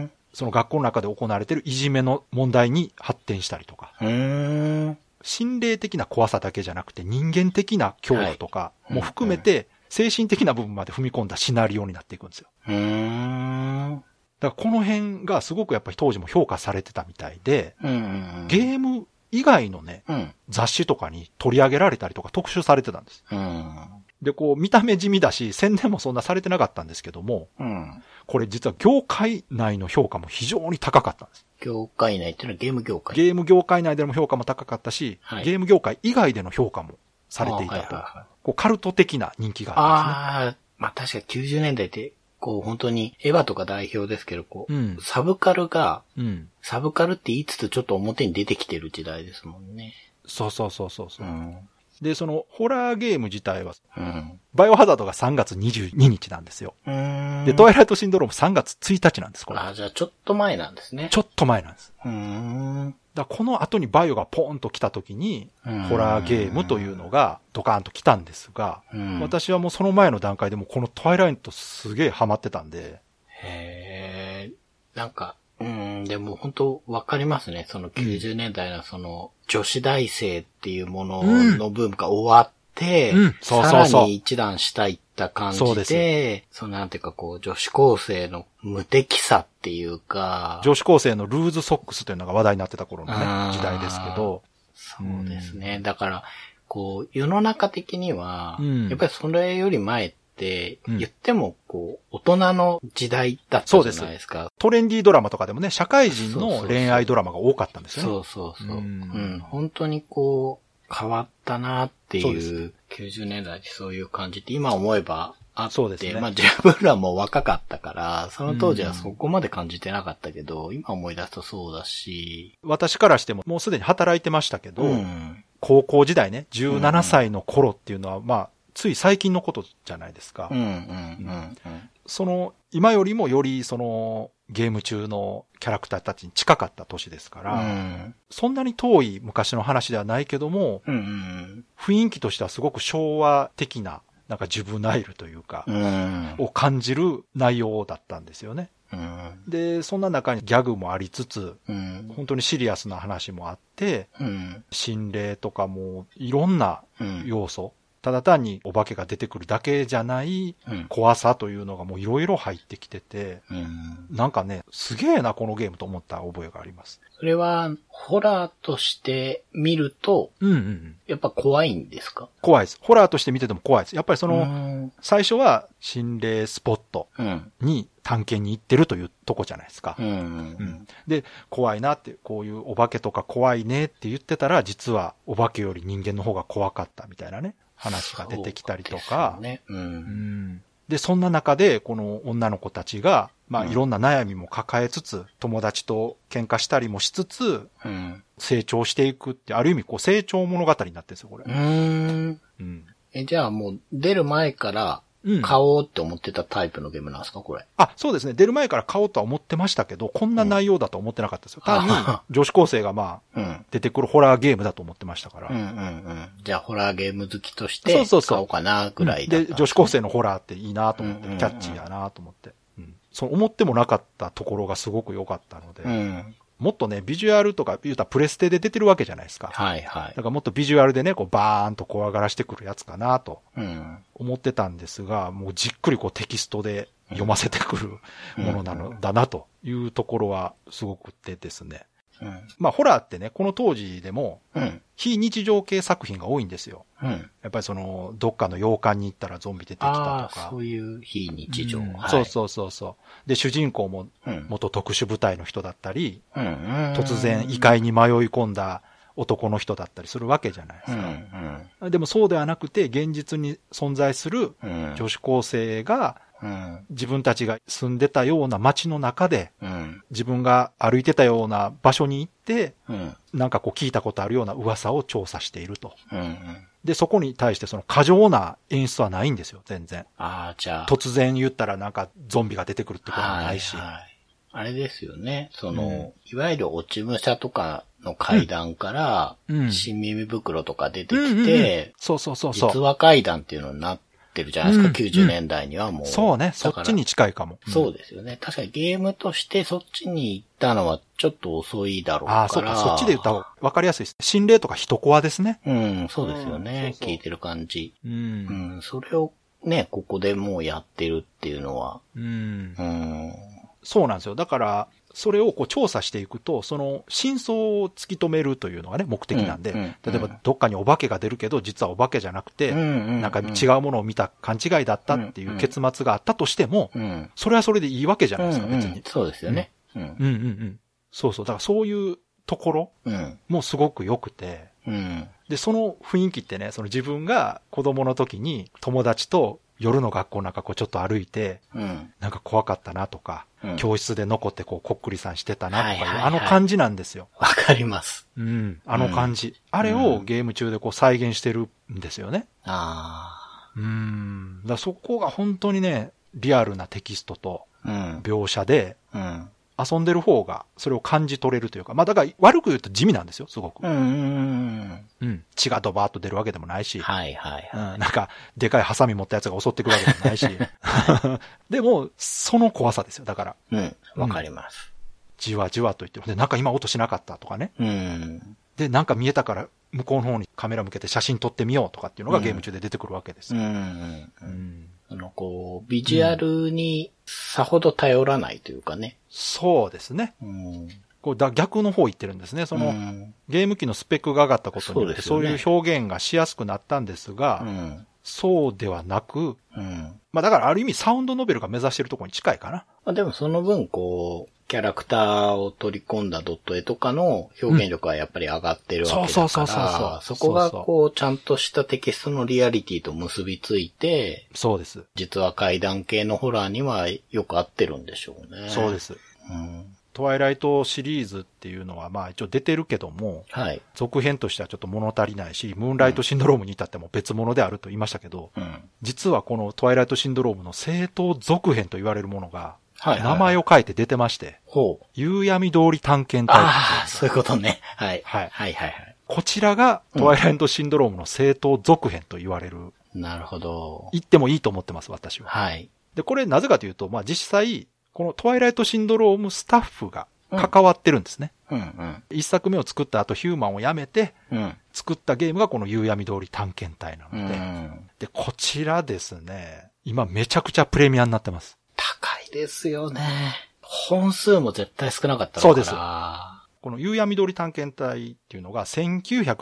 ん
その学校の中で行われているいじめの問題に発展したりとか、
うん
心霊的な怖さだけじゃなくて人間的な恐怖とか
い
も含めて、精神的な部分まで踏み込んだシナリオになっていくんですよ。
うん
だからこの辺がすごくやっぱり当時も評価されてたみたいで、
うん
ゲーム以外のね、
うん
雑誌とかに取り上げられたりとか特集されてたんです。
うん
で、こう見た目地味だし、宣伝もそんなされてなかったんですけども、
うん
これ実は業界内の評価も非常に高かったんです。
業界内っていうのはゲーム業界。
ゲーム業界内での評価も高かったし、
はい
ゲーム業界以外での評価もされていた
あはい
と
はいはい。
こうカルト的な人気があっ
ああ、まあ確か90年代って、こう本当にエヴァとか代表ですけど、こう、
うん
サブカルが、
たんですね。うん。
サブカルって言いつつちょっと表に出てきてる時代ですもんね。
そうそうそうそうそうう、
ん。
で、そのホラーゲーム自体は、
うん。
バイオハザードが3月22日なんですよ。
うん。
で、トワイライトシンドローム3月1日なんです、これ。
ああ、じゃあちょっと前なんですね。
ちょっと前なんです。
うーん。
だからこの後にバイオがポーンと来た時に
うん、
ホラーゲームというのがドカーンと来たんですが、
うん。
私はもうその前の段階でもうこのトワイライトすげえハマってたんで、
へえ、なんか、うん、でも本当わかりますね。その90年代のその女子大生っていうもの
うん
のブームが終わって、
うんそうそうそう
さらに一段下行った感じで、
そ
そう
です
のなんていうかこう女子高生の無敵さっていうか、
女子高生のルーズソックスというのが話題になってた頃の
あ
ね
ー、
時代ですけど、
そうですね。だから、こう、世の中的には、
うん
やっぱりそれより前って、
うん
言ってもこう、大人の時代だったじゃないですか。
トレンディードラマとかでもね、社会人
そうそう
の
そう
恋愛ドラマが多かったんですよね。
そうそうそう。
う
うんん、本当にこう、変わったなって
そうで
いう、90年代にそういう感じって今思えばあって、
そうですね
まあ自分らも若かったから、その当時はそこまで感じてなかったけど、今思い出すとそうだし、
私からしてももうすでに働いてましたけど、
ん。
高校時代ね、17歳の頃っていうのは、まあ、つい最近のことじゃないですか。
うんうんうんうん。
その、今よりもより、その、ゲーム中のキャラクターたちに近かった年ですか
う
ら、
ん。
そんなに遠い昔の話ではないけども、
うんうん
雰囲気としてはすごく昭和的な、なんかジュブナイルというか
うん。う、ん。
を感じる内容だったんですよね。
うん。
で、そんな中にギャグもありつつ、
うん。
本当にシリアスな話もあって、
うん。
心霊とかもいろんな
うん。
要素、ただ単にお化けが出てくるだけじゃない
うん。
怖さというのがもういろいろ入ってきてて、
うん
なんかね、すげえな、このゲームと思った覚えがあります。
それは、ホラーとして見ると、
うんうんうん。
やっぱ怖いんですか
怖いです。ホラーとして見てても怖いです。やっぱりそ
の
の、最初は心霊スポット
うん。
に探検に行ってるというとこじゃないですか
う。ん
う。んで、怖いなって、こういうお化けとか怖いねって言ってたら、実はお化けより人間の方が怖かったみたいなね、話が出てきたりとか
そう。ですよ
う
ね。う。
んんで、そんな中で、この女の子たちが、まあ、
うん
いろんな悩みも抱えつつ、友達と喧嘩したりもしつつ、
うん。
成長していくって、ある意味、こう、成長物語になってるんですよ、これ
う。ーん。
うん。
え、じゃあもう出る前から
うん
買おうって思ってたタイプのゲームなんですかこれ。
あ、そうですね。出る前から買おうとは思ってましたけど、こんな内容だとは思ってなかったですよ。
うん
単に
あ、
女子高生がまあ、
うん。
出てくるホラーゲームだと思ってましたから。
うんうんうん。じゃあホラーゲーム好きとし
そ
て
うそうそう
買おうかなぐらいだったん
で、女子高生のホラーっていいなと思って、
うんうんうん
キャッチーやなと思って。うん。そう思ってもなかったところがすごく良かったので、
うん。
もっとね、ビジュアルとか、言うたらプレステで出てるわけじゃないですか。
はいはい
だ。からもっとビジュアルでね、こうバーンと怖がらしてくるやつかなと
うん。
思ってたんですが、もうじっくりこうテキストで読ませてくる
うん
ものなのだなというところはすごくってですね。
うん。
まあホラーってね、この当時でも
うん。
非日常系作品が多いんですよ。
うん。
やっぱりその、どっかの洋館に行ったらゾンビ出てきたと
ああ、
か。
そういう非日常。
うん
はい、
そうそうそうそう。で、主人公も
う。うん。
元特殊部隊の人だったり、
うん、
突然異。界に迷い込んだ男の人だったりするわけじゃないで
う
すか。
ん。
でもそうではなくて、現実に存在する
うん。
女子高生が
うん。
自分たちが住んでたような街の中で、
うん。
自分が歩いてたような場所に行って、
うん。
なんかこう聞いたことあるような噂を調査していると。
うん。
で、そこに対してその過剰な演出はないんですよ、全然。
ああ、じゃあ。
突然言ったらなんかゾンビが出てくるってこともないし。
はいはいあれですよね。その、いわゆる落ち武者とかの階段から、
うん
新耳袋とか出て
うんうんう
き
ん
て、
そうそうそうそ
実
う。
話階段っていうのになってるじゃないですか。
うん
90年代にはもう。
そうね、そ
だか
っ
ら
ちに近いかも。
そう
で
ですよね。確かにゲームとしてそっちに行ったのはちょっと遅いだろうから。
ああ、そうか、そっちで言った方が分かりやすいです。心霊とか人コアですね。
うん、そうですよね
うん。そうそう
聞いてる感じ。
う。
うんん、それをね、ここでもうやってるっていうのは。
うん
う。ん。
そうなんですよ。だから、それをこう調査していくと、その真相を突き止めるというのがね、目的なんで、
うんうん
例えばどっかにお化けが出るけど、実はお化けじゃなくて、
うんうんうん
なんか違うものを見た勘違いだったっていう結末があったとしても、
うん。
それはそれでいいわけじゃ
う
ない
ん
ですか、別
うん
に。
そうですよね。うん
う。んうんうん。そうそう。だからそういうところ
うん。
もすごく良くて、
うん。
で、その雰囲気ってね、その自分が子供の時に友達と夜の学校なんかこうちょっと歩いて、
うん。
なんか怖かったなとか、
うん
教室で残ってこうこっくりさんしてたなとかいう、
はいはいはい
あの感じなんですよ。
わかります。
うん。あの感じ。あれをゲーム中でこう再現してるんですよね。
あ
うん。だからそこが本当にね、リアルなテキストと
あ。うん。
描写で、
うん。
遊んでる方がそれを感じ取れるというか、まあだから悪く言うと地味なんですよ、すごく
う。んうん。うん
うん。血がドバーッと出るわけでもないし。
はいはい
うん
は、
なんか、でかいハサミ持ったやつが襲ってくるわけでもないし。 [laughs] でも、その怖さですよ。だから、
い。うん。わかります。
じわじわと言って、で、なんか今音しなかったとかね。
うん。
で、なんか見えたから、向こうの方にカメラ向けて写真撮ってみようとかっていうのが
うん
ゲーム中で出てくるわけです
うんう
よ。
ん。う
うんん
あの、こう、ビジュアルにさほど頼らないというかね。
そうですね。
うん。
こうだ逆の方行ってるんですね。その、
うん。
ゲーム機のスペックが上がったことによって、そ
そう
う,、
ですよ
いう
ね
表現がしやすくなったんですが、
うん。
そうではなく、
うん。
まあだからある意味サウンドノベルが目指してるところに近いかな。
まあでもその分、こう、キャラクターを取り込んだドット絵とかの表現力はやっぱり上がってるわけ
そ
だ
うそ
か
うそうそうそう
ら、そこがこう、ちゃんとしたテキストのリアリティと結びついて、
そうです。
実は階段系のホラーにはよく合ってるんでしょうね。。
そうですす。
うん。
トワイライトシリーズっていうのはまあ一応出てるけども、
はい。
続編としてはちょっと物足りないし、ムーンライトシンドロームに至っても別物であると言いましたけど、
うん。
実はこのトワイライトシンドロームの正当続編と言われるものが、
はい、
名前
を。
を書いて出てまして、
ほう。
夕闇通り探検隊。
ああ、そういうことね。はい。
はい
はいはいはい。
こちらがトワイライトシンドロームの正当続編と言われる、
なるほど。
言ってもいいと思ってます、私は。
はい。
で、これなぜかというと、まあ実際、このトワイライトシンドロームスタッフが関わってるんですね。
うんうん。
一、作目を作った後ヒューマンを辞めて、
うん。
作ったゲームがこの夕闇通り探検隊な
う
ので、
ん。
で、こちらですね、今めちゃくちゃプレミアになってます。
高いですよね。本数も絶対少なかった
そ
の
うで
か
す
ら。
この夕闇通り探検隊っていうのが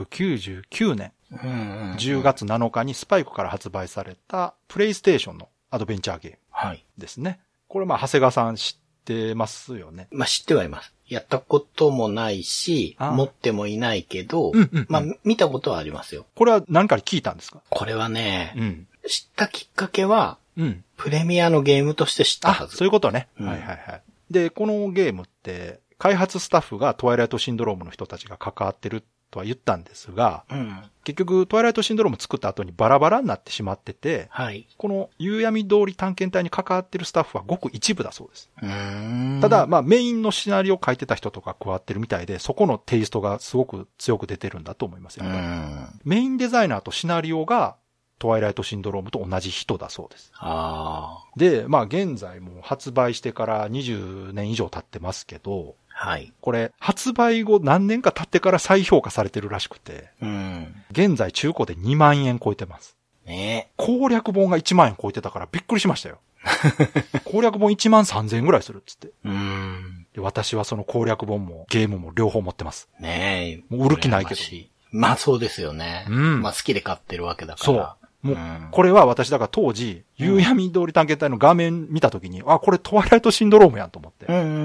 1999年
そうです。うん、うん。
10。月7日にスパイクから発売されたプレイステーションのアドベンチャーゲーム
はい。
ですね。これまあ長谷川さん知ってますよね。
まあ、知ってはいます。やったこともないし、
ああ
持ってもいないけ
う
ど、
んうんうん
まあ、見たことはありますよ。
これは何かに聞いたんですか
これはね、
ん。
知ったきっかけは、
うん。
プレミアのゲームとして知ったは
あ、
ず。
そういうことね。
うん
はいはいはい。で、このゲームって、開発スタッフがトワイライトシンドロームの人たちが関わってるとは言ったんですが、
うん。
結局、トワイライトシンドローム作った後にバラバラになってしまってて、
はい。
この夕闇通り探検隊に関わってるスタッフはごく一部だそうです。
うーん
ただ、、まあメインのシナリオを書いてた人とか加わってるみたいで、そこのテイストがすごく強く出てるんだと思います
う
よ。
ん。
メインデザイナーとシナリオがトワイライトシンドロームと同じ人だそうです。
ああ。
で、まあ現在もう発売してから20年以上経ってますけど、
はい。
これ、発売後何年か経ってから再評価されてるらしくて、
うん。
現在中古で2万円超えてます。
ね
攻略本が1万円超えてたからびっくりしました
[laughs]
よ。攻略本1万3000円ぐらいするっつって。
え。うん。
で私はその攻略本もゲームも両方持ってます。
ねえ。
もう売る気ないけど
羨ましい。まあそうですよね。
うん
まあ好きで買ってるわけだから。
そう。もう、
ん
これは私だから当時、
うん
夕闇通り探検隊の画面見た時に、あ、これトワイライトシンドロームやんと思って。
う
だか
んうんう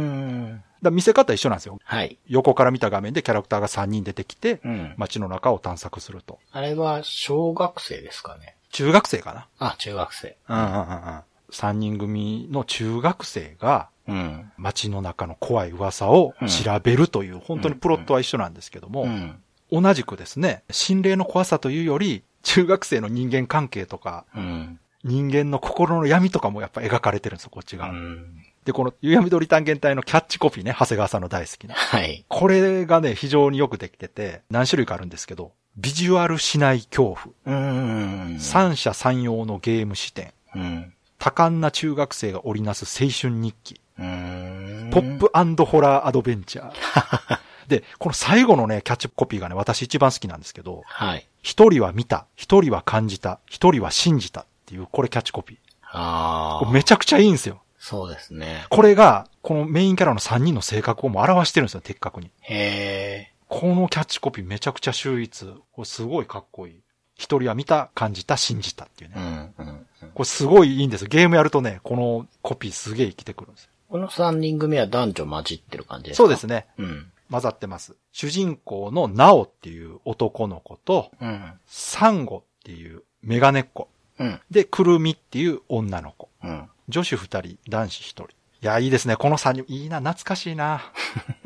ん。
ら見せ方一緒なんですよ。
はい。
横から見た画面でキャラクターが3人出てきて、
うん。
街の中を探索すると。
あれは小学生ですかね。
中学生か
あ、中学生。
なうんうんうんうん。3人組の中学生が、
うん。
街の中の怖い噂を調べるという、本当にプロットは一緒なんですけども、
うん。
同じくですね、心霊の怖さというより、中学生の人間関係とか、
うん。
人間の心の闇とかもやっぱ描かれてるんですよ、こっち
う
が。
ん。
で、この、ゆうやみどり探検隊のキャッチコピーね、長谷川さんの大好きな。
はい。
これがね、非常によくできてて、何種類かあるんですけど、ビジュアルしない恐怖、
うん。
三者三様のゲーム視点、
うん。
多感な中学生が織りなす青春日記、
うん。
ポップホラーアドベンチャー。 [laughs] で、この最後のね、キャッチコピーがね、私一番好きなんですけど、
はい。
一人は見た、一人は感じた、一人は信じたっていう、これキャッチコピ
あ
ー。
あ。
めちゃくちゃいいんですよ。
そうですね。
これが、このメインキャラの3人の性格をもう表してるんですよ、的確に。
へえ。
このキャッチコピーめちゃくちゃ秀逸。これすごいかっこいい。一人は見た、感じた、信じたっていう
う
ね。
ん。うん。うん
これすごいいいんですよ。ゲームやるとね、このコピーすげえ生きてくるんですよ。
この三人組は男女混じってる感じですか
そうですね。
うん。
混ざってます。主人公のナオっていう男の子と、
うん。
サンゴっていうメガネっ子。
うん。
で、クルミっていう女の子。
うん。
女子二人、男子一人。いや、いいですね。この三人、いいな、懐かしいな。 [laughs]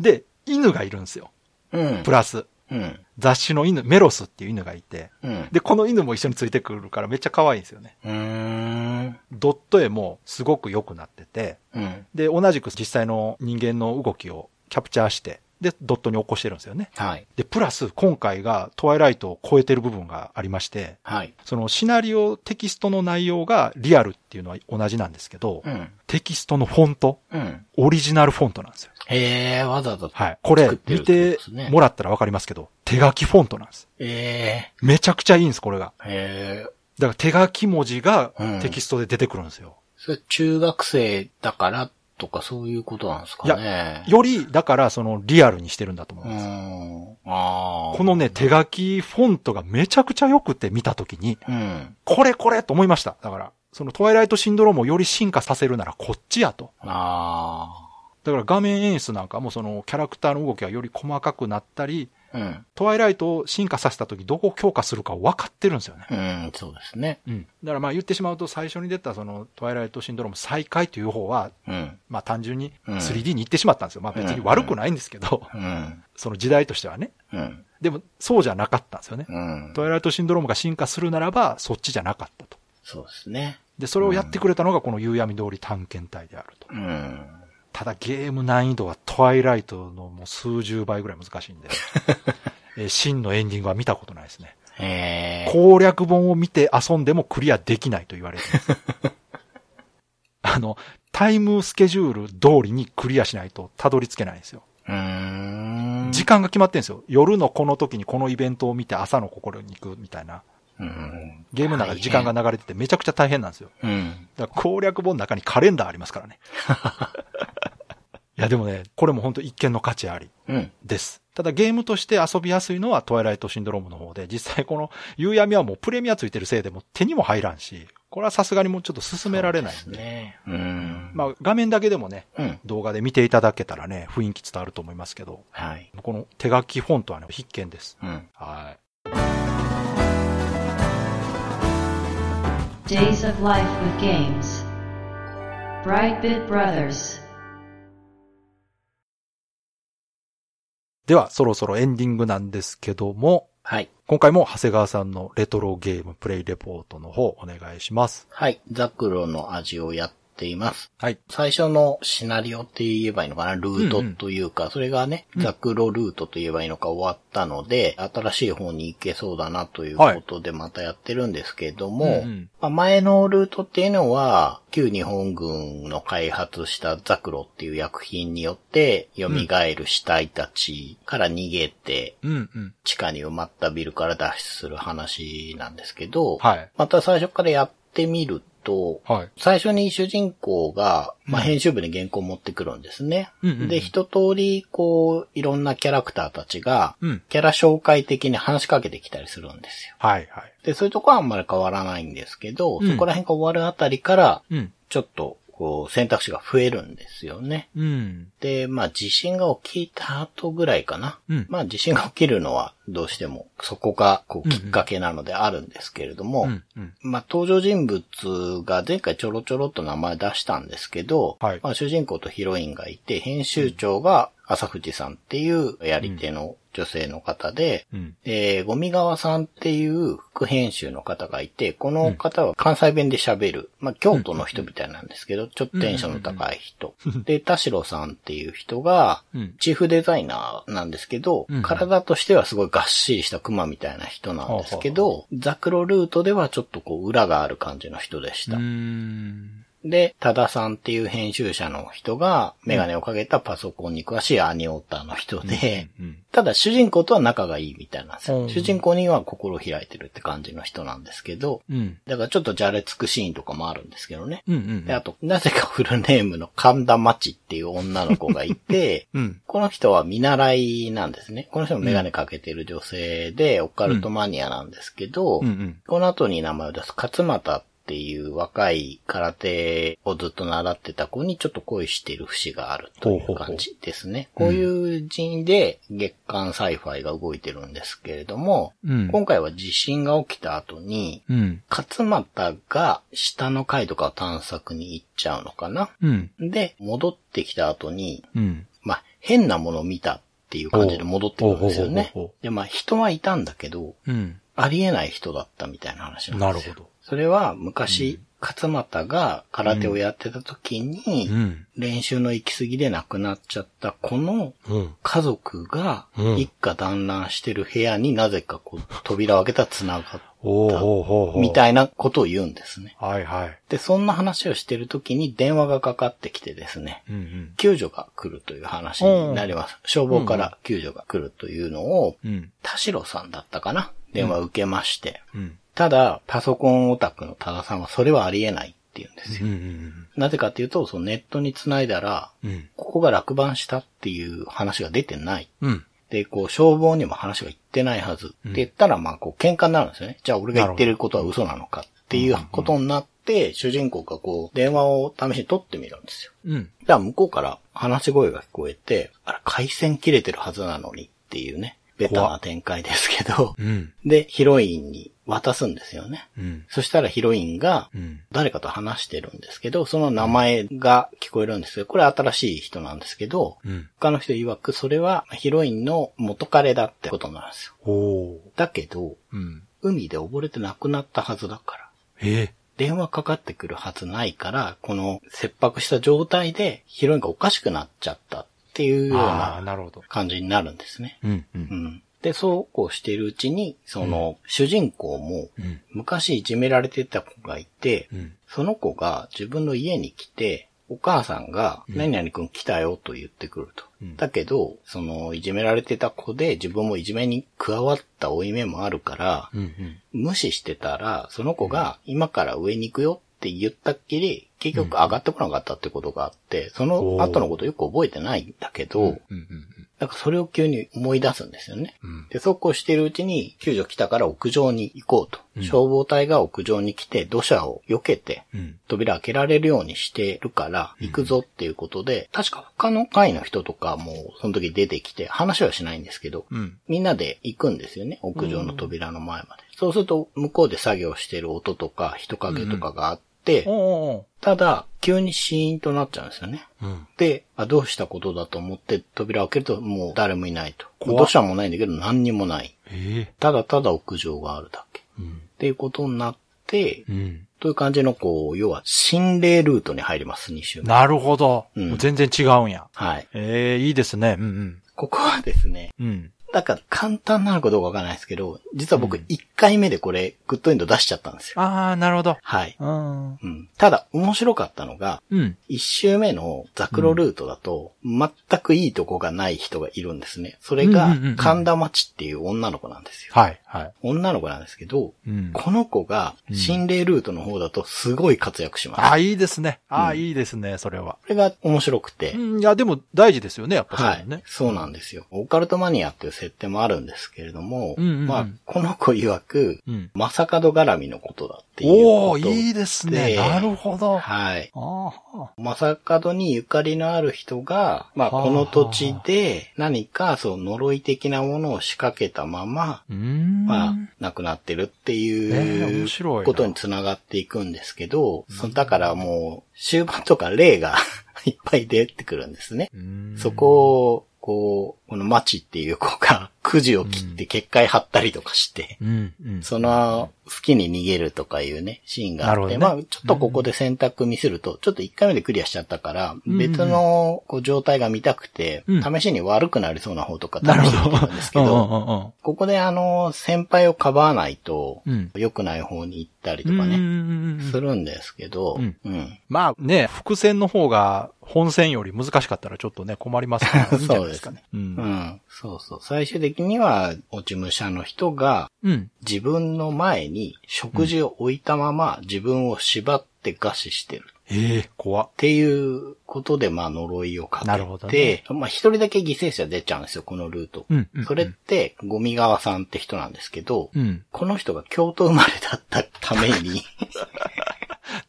で、犬がいるんですよ。
うん
プ。ラス。
うん。
雑誌の犬、メロスっていう犬がいて。
うん。
で、この犬も一緒についてくるからめっちゃ可愛いんですよね。
うーん。
ドット絵もすごく良くなってて。
うん。
で、同じく実際の人間の動きをキャプチャーして、で、ドットに起こしてるんですよね。
はい。
で、プラス今回がトワイライトを超えてる部分がありまして、
はい。
そのシナリオ、テキストの内容がリアルっていうのは同じなんですけど、
うん。
テキストのフォント、
うん。
オリジナルフォントなんですよ。
へえ、わざと。
はい。これ
作っ、てる
見
って
て
ことですね
もらったらわかりますけど、手書きフォントなんです。
え
めちゃくちゃいいんです、これが。
え。へえ。
だから手書き文字が
うん
テキストで出てくるんですよ。
それ中学生だからとかそういうことなんですかね。
より、だからそのリアルにしてるんだと思
う
うんです。
ん。ああ。
このね、手書きフォントがめちゃくちゃ良くて見たときに、
うん。
これこれと思いました。だから、そのトワイライトシンドロームをより進化させるならこっちやと。
あ
だから画面演出なんかもそのキャラクターの動きがより細かくなったり、
あ。うん。
トワイライトを進化させた時どこを強化するかを分かってるんですよね。
うん、そうですね。
うん。だからまあ言ってしまうと最初に出たそのトワイライトシンドローム再開という方は、
うん。
まあ単純に
うん
3D に行ってしまったんですよ。まあ別に悪くないんですけど、
うん。
その時代としてはね。
うん。
でもそうじゃなかったんですよね。
うん
ト。ワイライトシンドロームが進化するならばそっちじゃなかったと。
そうですね。
で、それをやってくれたのがこの夕闇通り探検隊であると。
うん。
ただゲーム難易度はトワイライトのもう数十倍ぐらい難しいんで、えー真のエンディングは見たことないですね。
ええ。
攻略本を見て遊んでもクリアできないと言われてます。あの、タイムスケジュール通りにクリアしないとたどり着けないんですよ。
うーん。
時間が決まってるんですよ。夜のこの時にこのイベントを見て朝の心に行くみたいな。
うん。
ゲームの中で時間が流れててめちゃくちゃ大変なんですよ。
うん。
だから攻略本の中にカレンダーありますからね。いやでもね、これも本当一見の価値あり。
うん。
です。ただゲームとして遊びやすいのはトワイライトシンドロームの方で、実際この夕闇はもうプレミアついてるせいでもう手にも入らんし、これはさすがにもうちょっと進められないん
そう
で。
ですね。うん。
まあ画面だけでもね、
うん。
動画で見ていただけたらね、雰囲気伝わると思いますけど、
はい。
この手書きフォントはね、必見です。
うん。
はい。
Days of Life with Games. Brightbit Brothers.
では、そろそろエンディングなんですけども、
はい。
今回も長谷川さんのレトロゲームプレイレポートの方お願いします。
はい。ザクロの味をやっっています。
はい。
最初のシナリオって言えばいいのかなルートというか、それがね、ザクロルートと言えばいいのか終わったので、新しい方に行けそうだなということでまたやってるんですけども、
うんうん
まあ前のルートっていうのは、旧日本軍の開発したザクロっていう薬品によって、蘇る死体たちから逃げて、
うんうん。
地下に埋まったビルから脱出する話なんですけど、
はい。
また最初からやってみると、
はい。
最初に主人公が、まあ、編集部に原稿を持ってくるんですね。
うんうんうん
で、一通り、こう、いろんなキャラクターたちが、
うん。
キャラ紹介的に話しかけてきたりするんですよ。
はいはい。
で、そういうとこはあんまり変わらないんですけど、
うん
そこら辺が終わるあたりから、
うん。
ちょっと、こう、選択肢が増えるんですよね。
うん。
で、まあ、地震が起きた後ぐらいかな。
うん
まあ、地震が起きるのは、どうしても、そこが、こう、きっかけなのであるんですけれども、
うん。うん。
まあ、登場人物が前回ちょろちょろっと名前出したんですけど、
はい
まあ、主人公とヒロインがいて、編集長が朝藤さんっていうやり手の女性の方で、
うん。
えー、ゴミ川さんっていう副編集の方がいて、この方は関西弁で喋る、まあ、京都の人みたいなんですけど、ちょっとテンションの高い人。で、田代さんっていう人が
うん、
チーフデザイナーなんですけど
うん、
体としてはすごいがっしりしたクマみたいな人なんですけど、ザクロルートではちょっとこう裏がある感じの人でし
う
た
ー。ん。
で、多田さんっていう編集者の人が、メガネをかけたパソコンに詳しいアニオタの人で、
うん。
ただ主人公とは仲がいいみたいなんですよ。
うん
主人公には心を開いてるって感じの人なんですけど、
うん。
だからちょっとじゃれつくシーンとかもあるんですけどね。
うん。うん、
で、あと、なぜかフルネームの神田町っていう女の子がいて
[laughs] うん。
この人は見習いなんですね。この人もメガネかけてる女性で、オカルトマニアなんですけど、
うん。うん。
この後に名前を出す勝俣っていう若い空手をずっと習ってた子にちょっと恋している節があるとい
ほうほう
う
ほう
感じですね。こういう人で月刊サイファイが動いてるんですけれども、
うん。
今回は地震が起きた後に、
うん。
勝俣が下の階とかを探索に行っちゃうのかな。
うん。
で、戻ってきた後に、
うん。
まあ、変なものを見たっていう感じで戻ってくるんですよね
ほうほうほうほうほ。
で、まあ、人はいたんだけど、
うん。
ありえない人だったみたいな話なんです
なるほ
よ。
ど。
それは昔、勝俣が空手をやってた時
う
に、
ん。
練習の行き過ぎで亡くなっちゃったこの
うん。
家族が
うん
一家団らんしてる部屋になぜかこう扉を開けたら繋が
おーほうほうほ
る
う。
みたいなことを言うんですね。
はいはい。
で、そんな話をしてる時に電話がかかってきてですね、
うん。うん。
救助が来るという話になります。消防から救助が来るというのを、
うん。
田代さんだったかな電話を受けまして。
うん。
ただ、パソコンオタクの多田さんはそれはありえないって言うんですよ。
うん。うん。
なぜかっていうと、そのネットに繋いだら、
うん。
ここが落盤したっていう話が出てない。
うん。
で、こう、消防にも話が言ってないはず。って言ったら、まあ、こう、喧嘩になるんですよね。じゃあ、俺が言ってることは嘘なのかっていうことになって、主人公がこう、電話を試しに取ってみるんですよ。
うん。
だから向こうから話し声が聞こえて、あら、回線切れてるはずなのにっていうね、ベタな展開ですけど、
うん。
で、ヒロインに渡すんですよね。
うん。
そしたらヒロインが
う、ん。
誰かと話してるんですけど、その名前が聞こえるんですけど、これ新しい人なんですけど、
うん。
他の人曰くそれはヒロインの元彼だってことなんですよ。
おー。
だけど、
うん。
海で溺れて亡くなったはずだから、
え
電話かかってくるはずないから、この切迫した状態でヒロインがおかしくなっちゃったっていう
え。
よう
ああ、
な
なるほど。
感じになるんですね。
うん。う。
うんん。で、そうこうしているうちに、その、主人公も、
うん。
昔いじめられてた子がいて、
うん。
その子が自分の家に来て、お母さんが、何々くん来たよと言ってくると。
うん
だけど、その、いじめられてた子で自分もいじめに加わった負い目もあるから、
うん。うん。
無視してたら、その子が今から上に行くよって言ったっきり、結局上がってこなかったってことがあって、その後のことよく覚えてないんだけど、
うん。
なんかそれを急に思い出すんですよね。
うん。
で、そうこうしているうちに、救助来たから屋上に行こうと。
うん
消防隊が屋上に来て、土砂を避けて、
うん。
扉開けられるようにしてるから、行くぞっていうことで、確か他の会の人とかも、その時出てきて、話はしないんですけど、
うん。
みんなで行くんですよね、屋上の扉の前まで。そうすると、向こうで作業してる音とか、人影とかがあって、
おー。
ただ、急にシーンとなっちゃうんですよね。
うん。
で、あ、どうしたことだと思って扉を開けるともう誰もいないと。
怖っ
土砂もないんだけど何にもない。
ええ。
ただただ屋上があるだけ。
うん。
っていうことになって、
うん。
という感じの、こう、要は心霊ルートに入ります、2週目。
なるほど。
うん
もう全然違うんや。
はい。
ええいいですね。うん
ここはですね、
うん。うん。
なんか簡単なのかどうかわからないですけど、実は僕
うん
1回目でこれ、グッドエンド出しちゃったんですよ。
ああ、なるほど。
はい。
うん。
うん、ただ、面白かったのが、
うん。
1周目のザクロルートだと、全くいいとこがない人がいるんですね。それ
うん
が
うんうんうん、
神田町っていう女の子なんですよ。
はい、はい。
女の子なんですけど、
うん。
この子が心霊ルートの方だとすごい活躍します。
ああ、いいですね。ああ、
うん
いいですね、それは。
これが面白くて、
うん、いや、でも大事ですよね、やっぱそ
は
ういうの
い
ね。。
そうなんですよ。オカルトマニアっていう設定もあるんですけれども、
うんうんうん
まあ、この子曰く、
うん。
まさかど絡みのことだっていう
お
こ
お
と。
いいですね。
で
なるほど。あ
はい。
あ。
まさかどにゆかりのある人が、まあ、
はあ
この土地で何か、そう、呪い的なものを仕掛けたまま、
うん。
まあ、亡くなってるって
ねえ
い
面白いうな
ことにつながっていくんですけど、そだからもう、終盤とか霊が [laughs] いっぱい出てくるんですね。
うん
そこを、こう、この町っていう子が、くじを切って結界張ったりとかして、
うん、うん。
その、好きに逃げるとかいうね、シーンがあ
なるほ
っ
ど
て、
ね
まあ、ちょっとここで選択見せると、ちょっと1回目でクリアしちゃったから、
んうん
別のこう状態が見たくて、
うん
試しに悪くなりそうな方とか試
なる
して
ほ
み
ど。
てるんですけど、
う
ここであの、先輩をかばわないと、
んうんうん、うん。
良くない方に行ったりと
うん
か
うん
ね、
うんうん
するんですけど、
うん
うん。
まあね、伏線の方が本線より難しかったらちょっとね、困りますから、 [laughs] いいんじゃないですかね。う。
うんん。そうそう。最終的には、落ち武者の人が、
うん。
自分の前に食事を置いたまま自分を縛って餓死してる。っ
ええ、怖。
ていうことで、まあ、呪いをか
なるほど
け
ね
て、まあ、一人だけ犠牲者出ちゃうんですよ、このルート。
うんうんうん
それって、ゴミ川さんって人なんですけど、
うん。
この人が京都生まれだったために。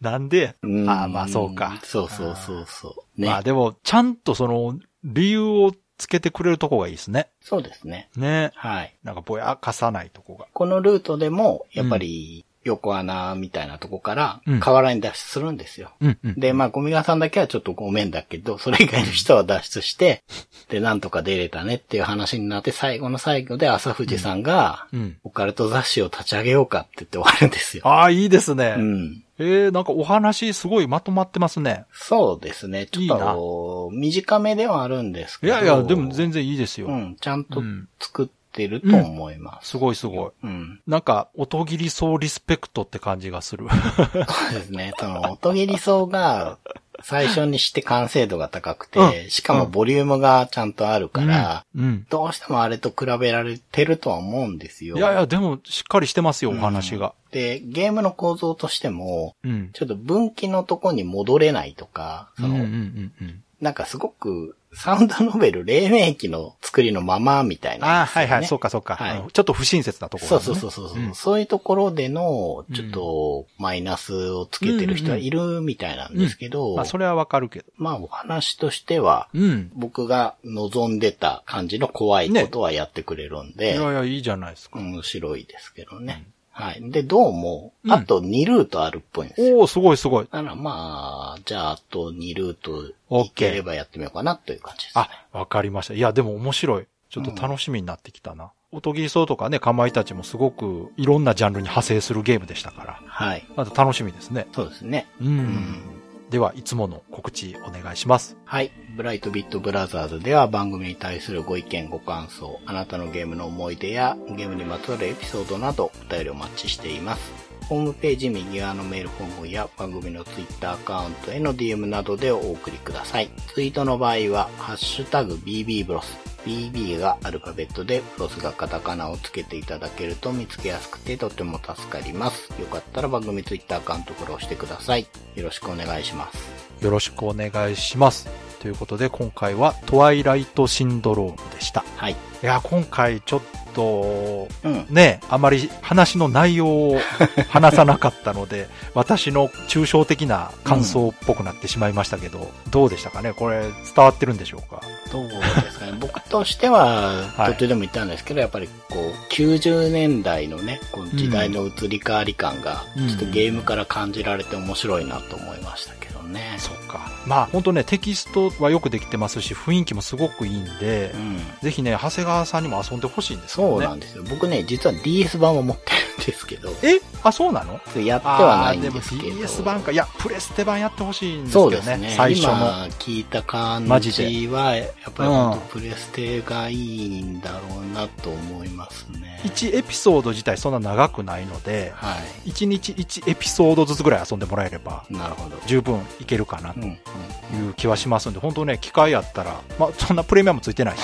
なんで、
う
[laughs]
ん
ああ、まあそうか。
そうそうそうそう。ね。
まあでも、ちゃんとその、理由をつけてくれるとこがいいですね。
そうですね。
ね。
はい。
なんかぼやかさないとこが。
このルートでも、やっぱり、横穴みたいなとこから
うん、
河原に脱出するんですよ。
うんうん。
で、まあ、ゴミ川さんだけはちょっとごめんだけど、それ以外の人は脱
[laughs]
出して、で、なんとか出れたねっていう話になって、最後の最後で朝藤さんが、
うん。
オカルト雑誌を立ち上げようかって言って終わるんですよ。
ああ、いいですね。
うん。
ええなんかお話すごいまとまってますね。
そうですね。ちょっと、短めではあるんです
い
けど。
やいや、でも全然いいですよ。
うん、ちゃんと
うん
作ってると思います。
すごいすごい。
うん。
なんか、音切りそうリスペクトって感じがする。 [laughs]
そうですね。その、音切り層が、最初にして完成度が高く
う
て、しかもボリュームがちゃんとあるから、
うん。
どうしてもあれと比べられてるとは思うんですよ。
いやいや、でも、しっかりしてますよ、お話が。
で、ゲームの構造としても、
うん。
ちょっと分岐のとこに戻れないとか、
うん
そ
うん
の、
うんうん。
なんかすごく、サウンドノベル、黎明期の作りのままみたい
あ
な
あ、
んですよ
は
ね、
いはい、そうかそうか。
はい
うんちょっと不親切なところ、
そうそうそうそう。
うん
そういうところでの、ちょっと、マイナスをつけてる人はいるみたいなんですけど、
まあ、それはわかるけど。
まあ、お話としては、
うん。
僕が望んでた感じの怖いことはやってくれるん
い
で、
やいや、いいじゃないですか。
面白いですけどね。はい。で、どうも、あと2ルートあるっぽいんですよ。
おおすごいすごい。
だからまあ、じゃあ、あと2ルート
OK
いければやってみようかなという感じです。
あ、わかりました。いや、でも面白い。ちょっと楽しみになってきたな。音切りそうとかね、かまいたちもすごくいろんなジャンルに派生するゲームでしたから、
はい。
また楽しみですね。
そうですね。
う。
うんん
では、いつもの告知お願いします。
はい。ブライトビットブラザーズでは番組に対するご意見、ご感想、あなたのゲームの思い出やゲームにまつわるエピソードなどお便りをお待ちしています。ホームページ右側のメールフォームや番組のツイッターアカウントへの DM などでお送りください。ツイートの場合は、ハッシュタグ BB ブロス。BB がアルファベットで、ブロスがカタカナをつけていただけると見つけやすくてとても助かります。よかったら番組ツイッターアカウントフォローしてください。よろしくお願いします。
よろしくお願いします。ということで、今回はトワイライトシンドロームでした。
はい。
いや、今回ちょっと、
うん。
ね、あまり話の内容 [laughs] を話さなかったので、私の抽象的な感想っぽくなってしまいましたけど、どうでしたかねこれ伝わってるんでしょうか
どうですかね。僕としては、
はい
途中でも言ったんですけど、やっぱりこう、90年代のね、この時代の移り変わり感が、
うん
ちょっとゲームから感じられて面白いなと思いましたけどね。
そっか。まあ、本当ね、テキストはよくできてますし、雰囲気もすごくいいんで、
うん。
ぜひね、長谷川さんにも遊んでほしいんですよね。
そうなんですよ。僕ね、実は DS 版を持ってるんですけど、
えあ、そうなの
やっては
あ
な
あ
いん
ー、
で
でも
すけど。
TS 版か。いや、プレステ版やってほしいんですけ
そ
ど
う
ね。
ですね。
最初の。
今聞いた感
マジ
じ
で
は、やっぱり
うん
本当プレステがいいんだろうなと思いますね。
1エピソード自体そんな長くないので、
は
1日1エピソードずつぐらい遊んでもらえれば、
い。なるほど。
十分いけるかな
うん、うん。
という気はしますんで、本当ね、機会あったら、まあ、そんなプレミアムついて
[laughs]
ないし、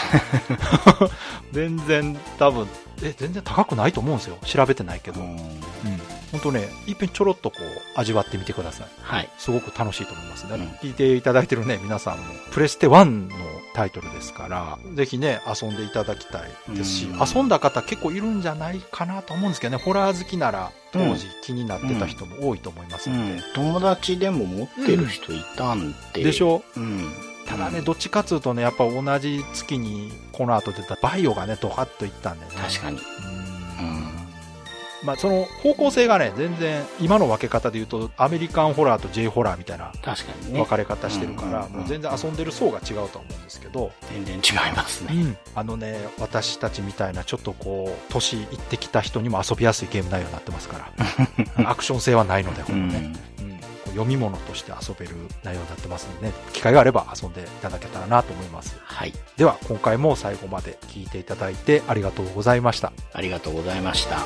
全然多分、え、全然高くないと思うんですよ。調べてないけど。うん。
うん
本当ね、いっぺんちょろっとこう、味わってみてください。
はい。
すごく楽しいと思いますね。
うん
聞いていただいてるね、皆さんも、プレステ1のタイトルですから、ぜひね、遊んでいただきたいですし、
うん
遊んだ方結構いるんじゃないかなと思うんですけどね、ホラー好きなら当時気になってた人も多いと思います
う
ので。
ん。友達でも持ってる人いたんで。
でしょ
う。うん。
ただね、どっちかっつうとね、やっぱ同じ月にこの後出たバイオがね、ドカッといったんでね。
確かに。
うん
うん。
まあ、その方向性がね、全然、今の分け方で言うと、アメリカンホラーと J ホラーみたいな
確かにね
分。かれ方してるから、
うん
もう全然遊んでる層が違うとは思うんですけど、
全然違いますね。
あのね、私たちみたいな、ちょっとこう、年いってきた人にも遊びやすいゲーム内容になってます [laughs] から、アクション性はないので、こ
う
の
ん。
ね、うんこう読み物として遊べる内容になってますので、ね、機会があれば遊んでいただけたらなと思います。
はい。
では、今回も最後まで聞いていただいてありがとうございました。
ありがとうございました。